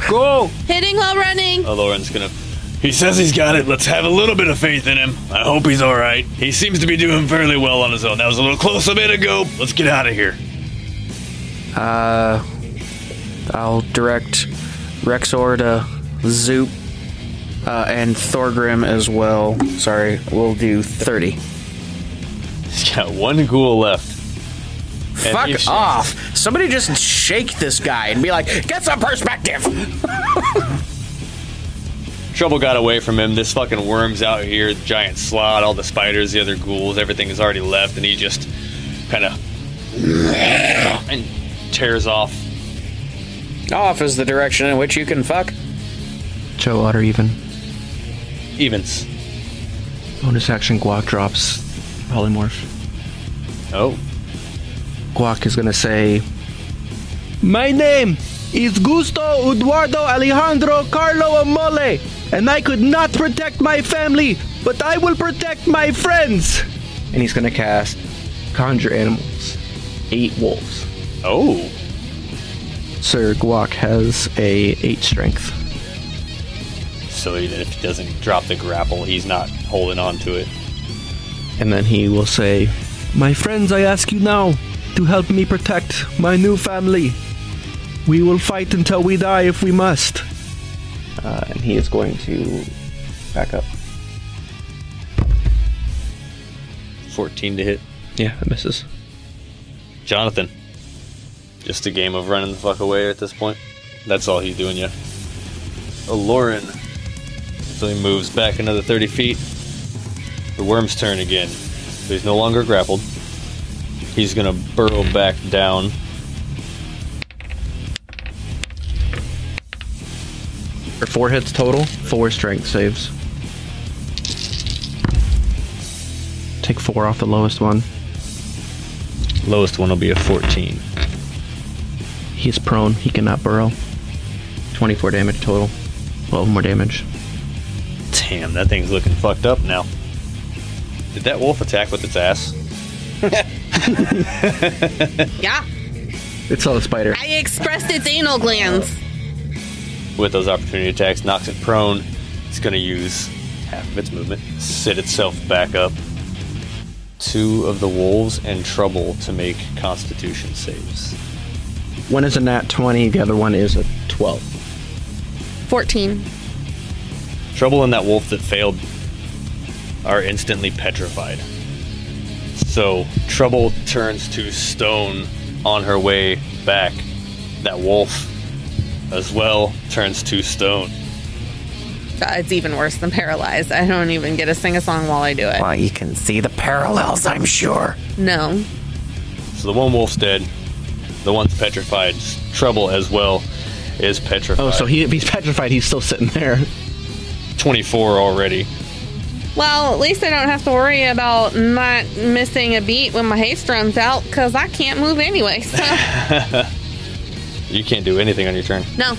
Go.
Hitting while running!
Aloran's Uh, gonna. He says he's got it. Let's have a little bit of faith in him. I hope he's all right. He seems to be doing fairly well on his own. That was a little close a minute ago. Let's get out of here.
Uh, I'll direct Rexor to Zoop uh, and Thorgrim as well. Sorry, we'll do 30.
He's got one ghoul left. And
Fuck
he's-
off! Somebody just shake this guy and be like, "Get some perspective."
Trouble got away from him. This fucking worm's out here. The giant slot, all the spiders, the other ghouls, everything is already left, and he just kind of and tears off.
Off is the direction in which you can fuck.
Joe Otter even.
Evens.
Bonus action Guac drops polymorph.
Oh.
Guac is gonna say
My name is Gusto Eduardo Alejandro Carlo Amole, and I could not protect my family, but I will protect my friends.
and he's gonna cast conjure animals. Eight wolves.
Oh.
Sir Guac has a eight strength.
So even if he doesn't drop the grapple, he's not holding on to it.
And then he will say
My friends, I ask you now to help me protect my new family. We will fight until we die if we must.
uh, and he is going to back up.
14 to hit.
Yeah, that misses.
Jonathan. Just a game of running the fuck away at this point. That's all he's doing, yeah. Oh, Lauren. So he moves back another 30 feet. The worm's turn again. So he's no longer grappled. He's gonna burrow back down.
Or four hits total, four strength saves. Take four off the lowest one.
Lowest one will be a 14.
He is prone, he cannot burrow. 24 damage total, 12 more damage.
Damn, that thing's looking fucked up now. Did that wolf attack with its ass?
Yeah.
It's all the spider.
I expressed its anal glands.
with those opportunity attacks, knocks it prone. It's going to use half of its movement, sit itself back up. Two of the wolves and trouble to make Constitution saves.
One is a nat 20, the other one is a 12.
14.
Trouble and that wolf that failed are instantly petrified. So trouble turns to stone on her way back. That wolf, as well, turns to stone.
God, Uh, It's even worse than paralyzed. I don't even get to sing a song while I do it.
Well, you can see the parallels, I'm sure.
No.
So the one wolf's dead. The one's petrified. Trouble as well is petrified.
Oh, so he, if he's petrified, he's still sitting there.
24 already.
Well, at least I don't have to worry about not missing a beat when my haste runs out because I can't move anyway. So,
you can't do anything on your turn.
no.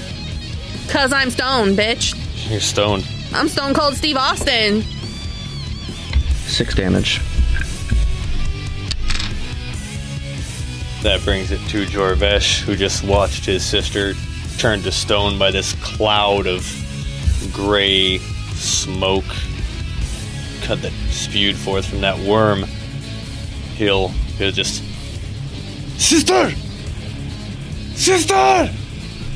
Because I'm stoned, bitch.
You're stoned.
I'm Stone Cold Steve Austin.
Six damage.
That brings it to Jorvesh, who just watched his sister turned to stone by this cloud of gray smoke cut that spewed forth from that worm. He'll he'll just
Sister! Sister!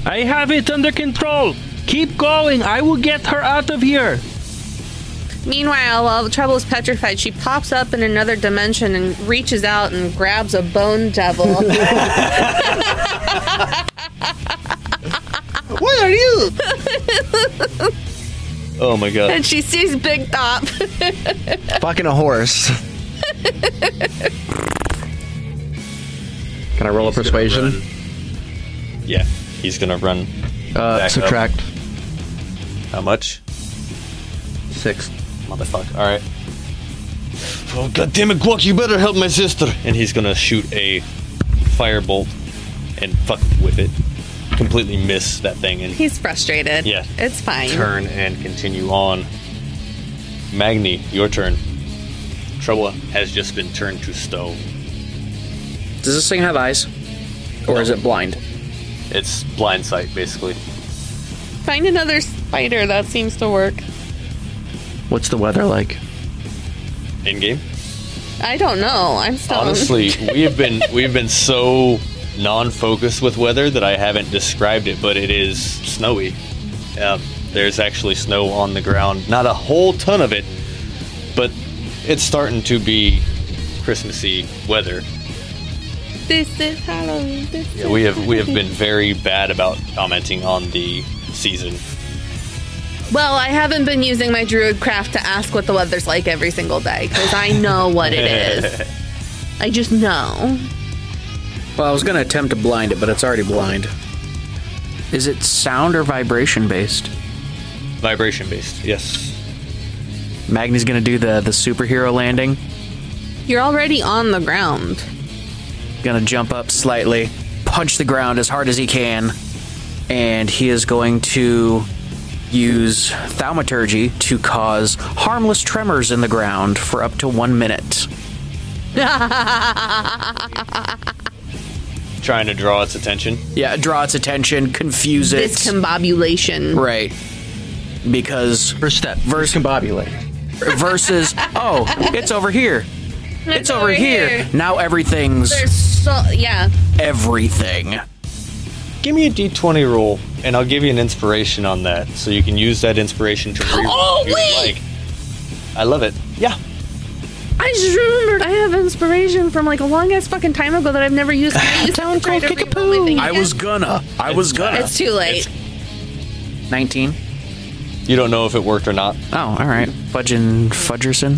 I have it under control. Keep going. I will get her out of here.
Meanwhile, while the trouble is petrified, she pops up in another dimension and reaches out and grabs a bone devil.
What are you?
Oh my god.
and she sees Big Top.
Fucking a horse. Can I roll a persuasion?
Yeah, he's gonna run.
Uh,
back up.
subtract.
How much?
Six.
Motherfucker. All right. Oh god damn it, Guac! You better help my sister. And he's gonna shoot a firebolt and fuck with it. Completely miss that thing and
He's frustrated.
Yeah.
It's fine.
turn and continue on. Magni, your turn. Trouble has just been turned to stone.
Does this thing have eyes? Or is it blind?
It's blind sight, basically.
Find another spider. That seems to work.
What's the weather like?
In game?
I don't know. I'm stoned.
Honestly, we've been we've been so non-focused with weather that I haven't described it, but it is snowy. Um, there's actually snow on the ground, not a whole ton of it, but it's starting to be Christmassy weather.
This is Halloween. This
Yeah, we have we have been very bad about commenting on the season.
Well, I haven't been using my druid craft to ask what the weather's like every single day because I know what it is. I just know.
Well, I was going to attempt to blind it, but it's already blind. Is it sound or vibration based?
Vibration based, yes.
Magni's going to do the, the superhero landing.
You're already on the ground.
Gonna jump up slightly, punch the ground as hard as he can, and he is going to use thaumaturgy to cause harmless tremors in the ground for up to one minute.
Trying to draw its attention.
Yeah, draw its attention, confuse it.
Discombobulation.
Right. Because first step versus
combobulate.
Versus oh, it's over here. It's, over,
over
here.
here.
Now everything's
There's so yeah.
everything.
Give me a d20 roll, and I'll give you an inspiration on that, so you can use that inspiration to reroll
Oh,
if you
wait!
like. I love it. Yeah.
I just remembered I have inspiration from like a long ass fucking time ago that I've never used. Can I use that one called Kickapoo.
I was uh, gonna. I was gonna.
It's too late.
19.
You don't know if it worked or not.
Oh, all right. Fudgin' Fudgerson.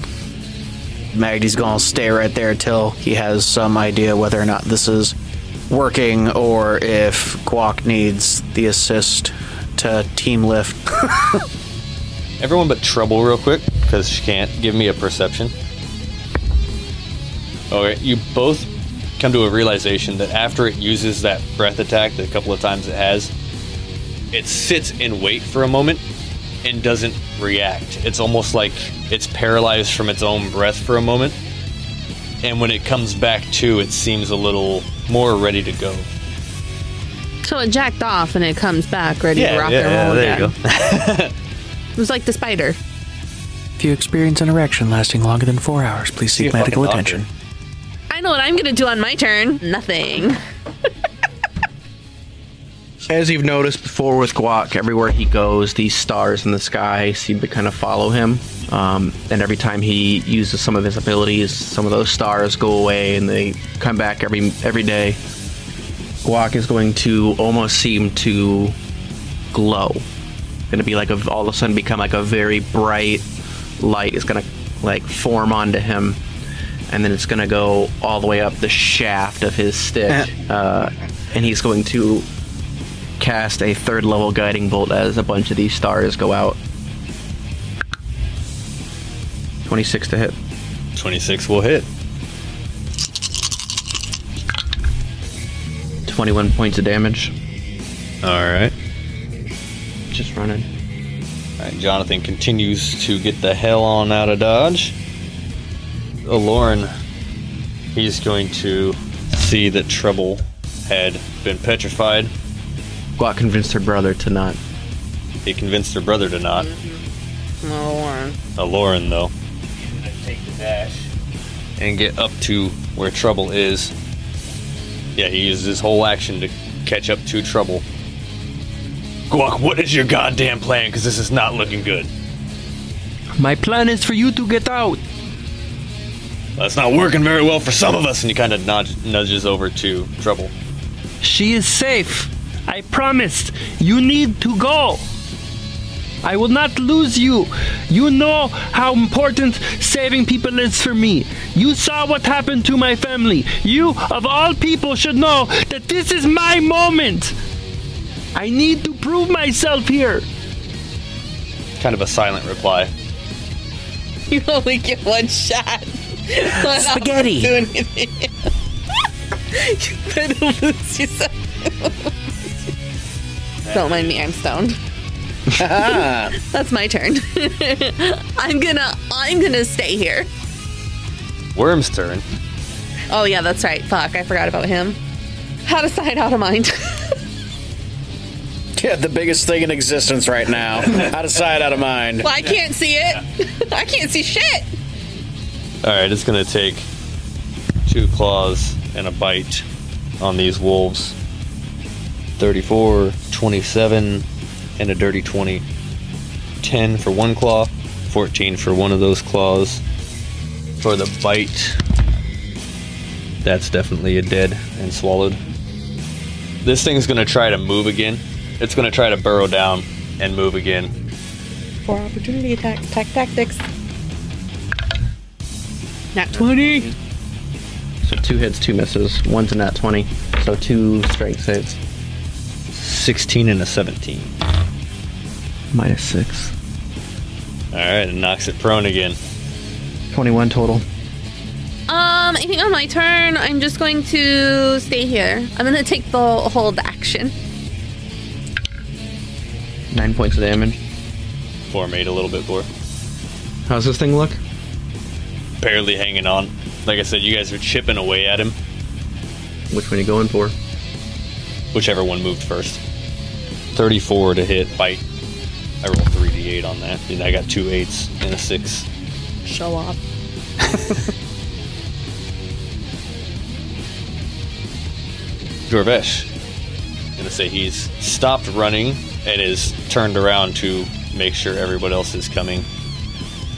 Magdy's gonna stay right there till he has some idea whether or not this is working or if Guac needs the assist to team lift.
Everyone but Trouble, real quick, because she can't. Give me a perception. Okay, you both come to a realization that after it uses that breath attack, the couple of times it has, it sits in wait for a moment and doesn't react. It's almost like it's paralyzed from its own breath for a moment. And when it comes back to, it seems a little more ready to go.
So it jacked off and it comes back ready to rock and roll again. It was like the spider.
If you experience an erection lasting longer than four hours, please
See a
seek medical
fucking
attention.
I know what I'm gonna do on my turn. Nothing.
As you've noticed before with Guac, everywhere he goes, these stars in the sky seem to kind of follow him. Um, and every time he uses some of his abilities, some of those stars go away and they come back every every day. Guac is going to almost seem to glow. Going to be like a, all of a sudden become like a very bright light is going to like form onto him, and then it's going to go all the way up the shaft of his stick, uh, and he's going to cast a third level guiding bolt as a bunch of these stars go out. 26 to hit.
26 will hit.
21 points of damage.
Alright.
Just running.
Alright, Jonathan continues to get the hell on out of Dodge. Alorn, he's going to see that Trouble had been petrified.
Guat convinced her brother to not.
He convinced her brother to not.
Mm-hmm. No, Lauren.
Aloran, though. Take the dash. And get up to where Trouble is. Yeah, he used his whole action to catch up to Trouble. Guak, what is your goddamn plan? Because this is not looking good.
My plan is for you to get out.
That's not working very well for some of us. And he kind of nudge, nudges over to Trouble.
She is safe. I promised. You need to go. I will not lose you. You know how important saving people is for me. You saw what happened to my family. You, of all people, should know that this is my moment. I need to prove myself here.
Kind of a silent reply.
You only get one shot. What
Spaghetti.
opportunity. you better lose yourself. Don't mind me, I'm stoned. That's my turn. I'm gonna I'm gonna stay here.
Worm's turn.
Oh yeah, that's right. Fuck, I forgot about him. How to sign out of mind.
Yeah, the biggest thing in existence right now. out of sight, out of mind.
well, I can't see it. I can't see shit.
Alright, it's gonna take two claws and a bite on these wolves 34, 27, and a dirty 20. 10 for one claw, 14 for one of those claws. For the bite, that's definitely a dead and swallowed. This thing's gonna try to move again. It's gonna try to burrow down and move again.
For opportunity attacks, tac tactics. Not 20.
So two hits, two misses. One's a nat 20. So two strength saves.
16 and a 17.
Minus six.
Alright, it knocks it prone again.
21 total.
Um, I think on my turn, I'm just going to stay here. I'm gonna take the hold action.
Nine points of damage.
Form eight a little bit more.
How's this thing look?
barely hanging on. Like I said, you guys are chipping away at him.
Which one are you going for?
Whichever one moved first. 34 to hit, bite. I rolled 3d8 on that, and I got two eights and a six.
Show off.
Jorvesh. I'm gonna say he's stopped running and is turned around to make sure everybody else is coming.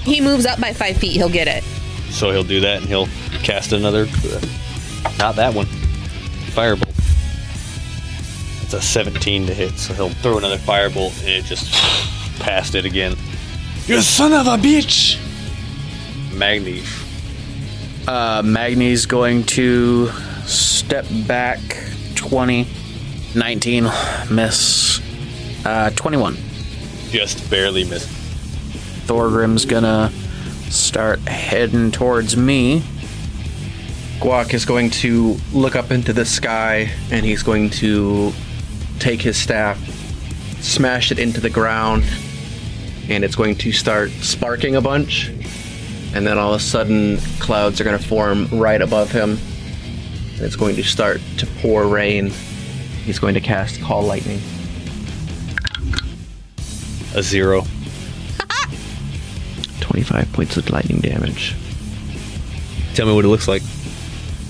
He moves up by five feet. He'll get it.
So he'll do that and he'll cast another. uh, Not that one. Firebolt. It's a 17 to hit, so he'll throw another firebolt and it just past it again. You son of a bitch! Magni.
Uh, Magni's going to step back 20, 19, miss, uh, 21.
Just barely miss.
Thorgrim's gonna start heading towards me.
Guak is going to look up into the sky and he's going to take his staff, smash it into the ground, and it's going to start sparking a bunch. And then all of a sudden, clouds are going to form right above him. And it's going to start to pour rain. He's going to cast Call Lightning.
A zero.
25 points of lightning damage.
Tell me what it looks like.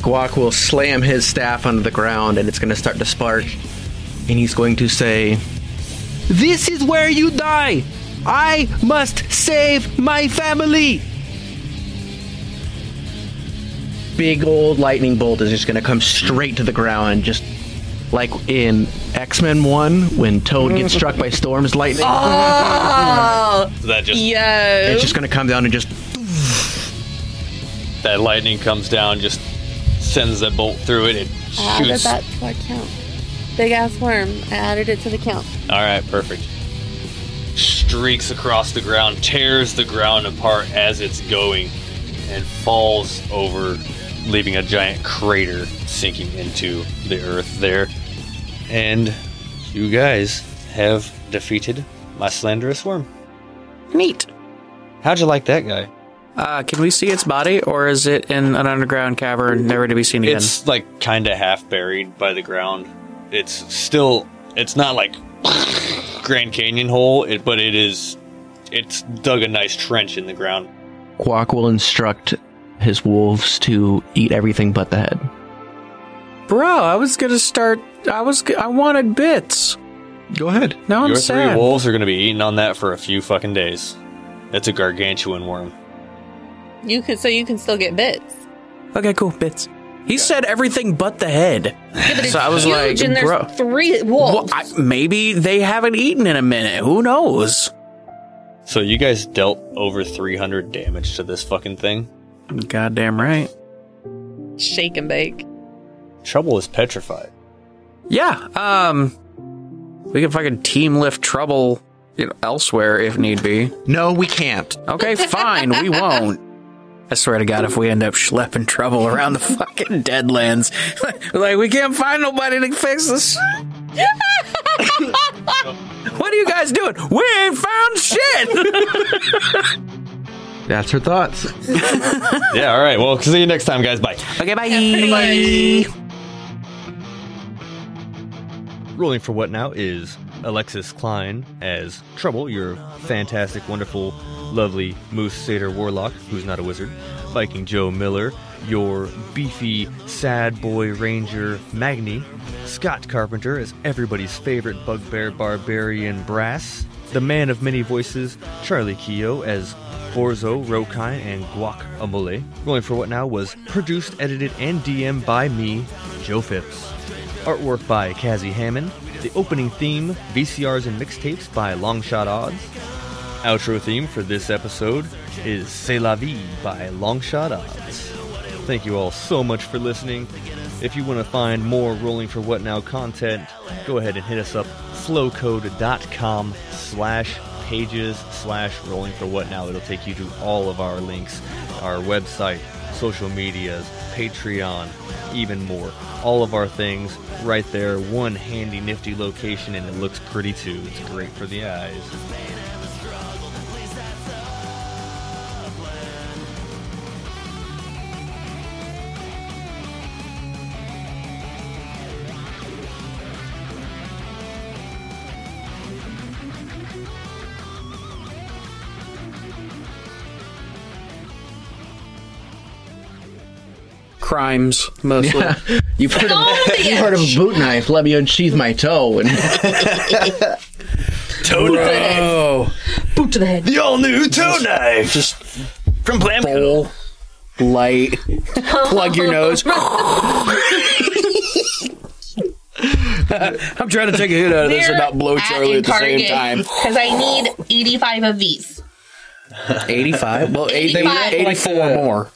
Guac will slam his staff onto the ground and it's going to start to spark. And he's going to say,
This is where you die. I must save my family.
big old lightning bolt is just going to come straight to the ground, just like in X Men 1 when Toad gets struck by Storm's lightning.
Oh!
that just
Yo.
It's just going to come down and just.
That lightning comes down, just sends that bolt through it, it
I added
shoots.
that to our count. Big ass worm. I added it to the count.
Alright, perfect. Streaks across the ground, tears the ground apart as it's going, and falls over, leaving a giant crater sinking into the earth there. And you guys have defeated my slanderous worm.
Neat.
How'd you like that guy?
Uh, can we see its body, or is it in an underground cavern, never to be seen again?
It's like kind of half buried by the ground. It's still, it's not like Grand Canyon hole, it, but it is, it's dug a nice trench in the ground.
Guac will instruct his wolves to eat everything but the head.
Bro, I was gonna start. I was. g- I wanted bits.
Go ahead.
No, I'm
Your
sad.
three wolves are going to be eating on that for a few fucking days. That's a gargantuan worm.
You could, so you can still get bits.
Okay, cool. Bits. He said everything but the head. so I was
Huge,
like,
and there's
bro.
three
Well,
wolves.
I, maybe they haven't eaten in a minute. Who knows?
So you guys dealt over 300 damage to this fucking thing.
Goddamn right.
Shake and bake.
Trouble is petrified.
Yeah. Um, we can fucking team lift trouble you know, elsewhere if need be.
No, we can't.
Okay, fine. we won't. I swear to God, if we end up schlepping trouble around the fucking deadlands, like we can't find nobody to fix this. what are you guys doing? We ain't found shit.
That's her thoughts.
yeah, all right. Well, see you next time, guys. Bye.
okay, bye.
Rolling for what now is Alexis Klein as Trouble, your fantastic, wonderful, lovely Moose Satyr Warlock, who's not a wizard. Viking Joe Miller, your beefy, sad boy ranger Magni. Scott Carpenter as everybody's favorite bugbear barbarian Brass. The man of many voices, Charlie Keogh as Borzo, Rokai, and Guac Amole. Rolling for what now was produced, edited, and DM by me, Joe Phipps. Artwork by Kazzy Hammond. The opening theme, VCRs and mixtapes by Longshot Odds. Outro theme for this episode is C'est la vie by Longshot Odds. Thank you all so much for listening. If you want to find more Rolling for What Now content, go ahead and hit us up flowcode.com slash pages slash rolling for what now. It'll take you to all of our links, our website, social medias, Patreon, even more. All of our things right there, one handy nifty location, and it looks pretty too. It's great for the eyes.
Crimes mostly.
You've heard
Go
of,
with the
you've heard of a boot knife. Let me unsheath my toe. And
Toe knife.
Boot to the head.
The all new toe knife. Just from Blamco.
light. Plug your nose.
I'm trying to take a hit out of this and not blow Charlie at the same time.
Because I need 85 of these.
85? Well, 80,
85.
84 more.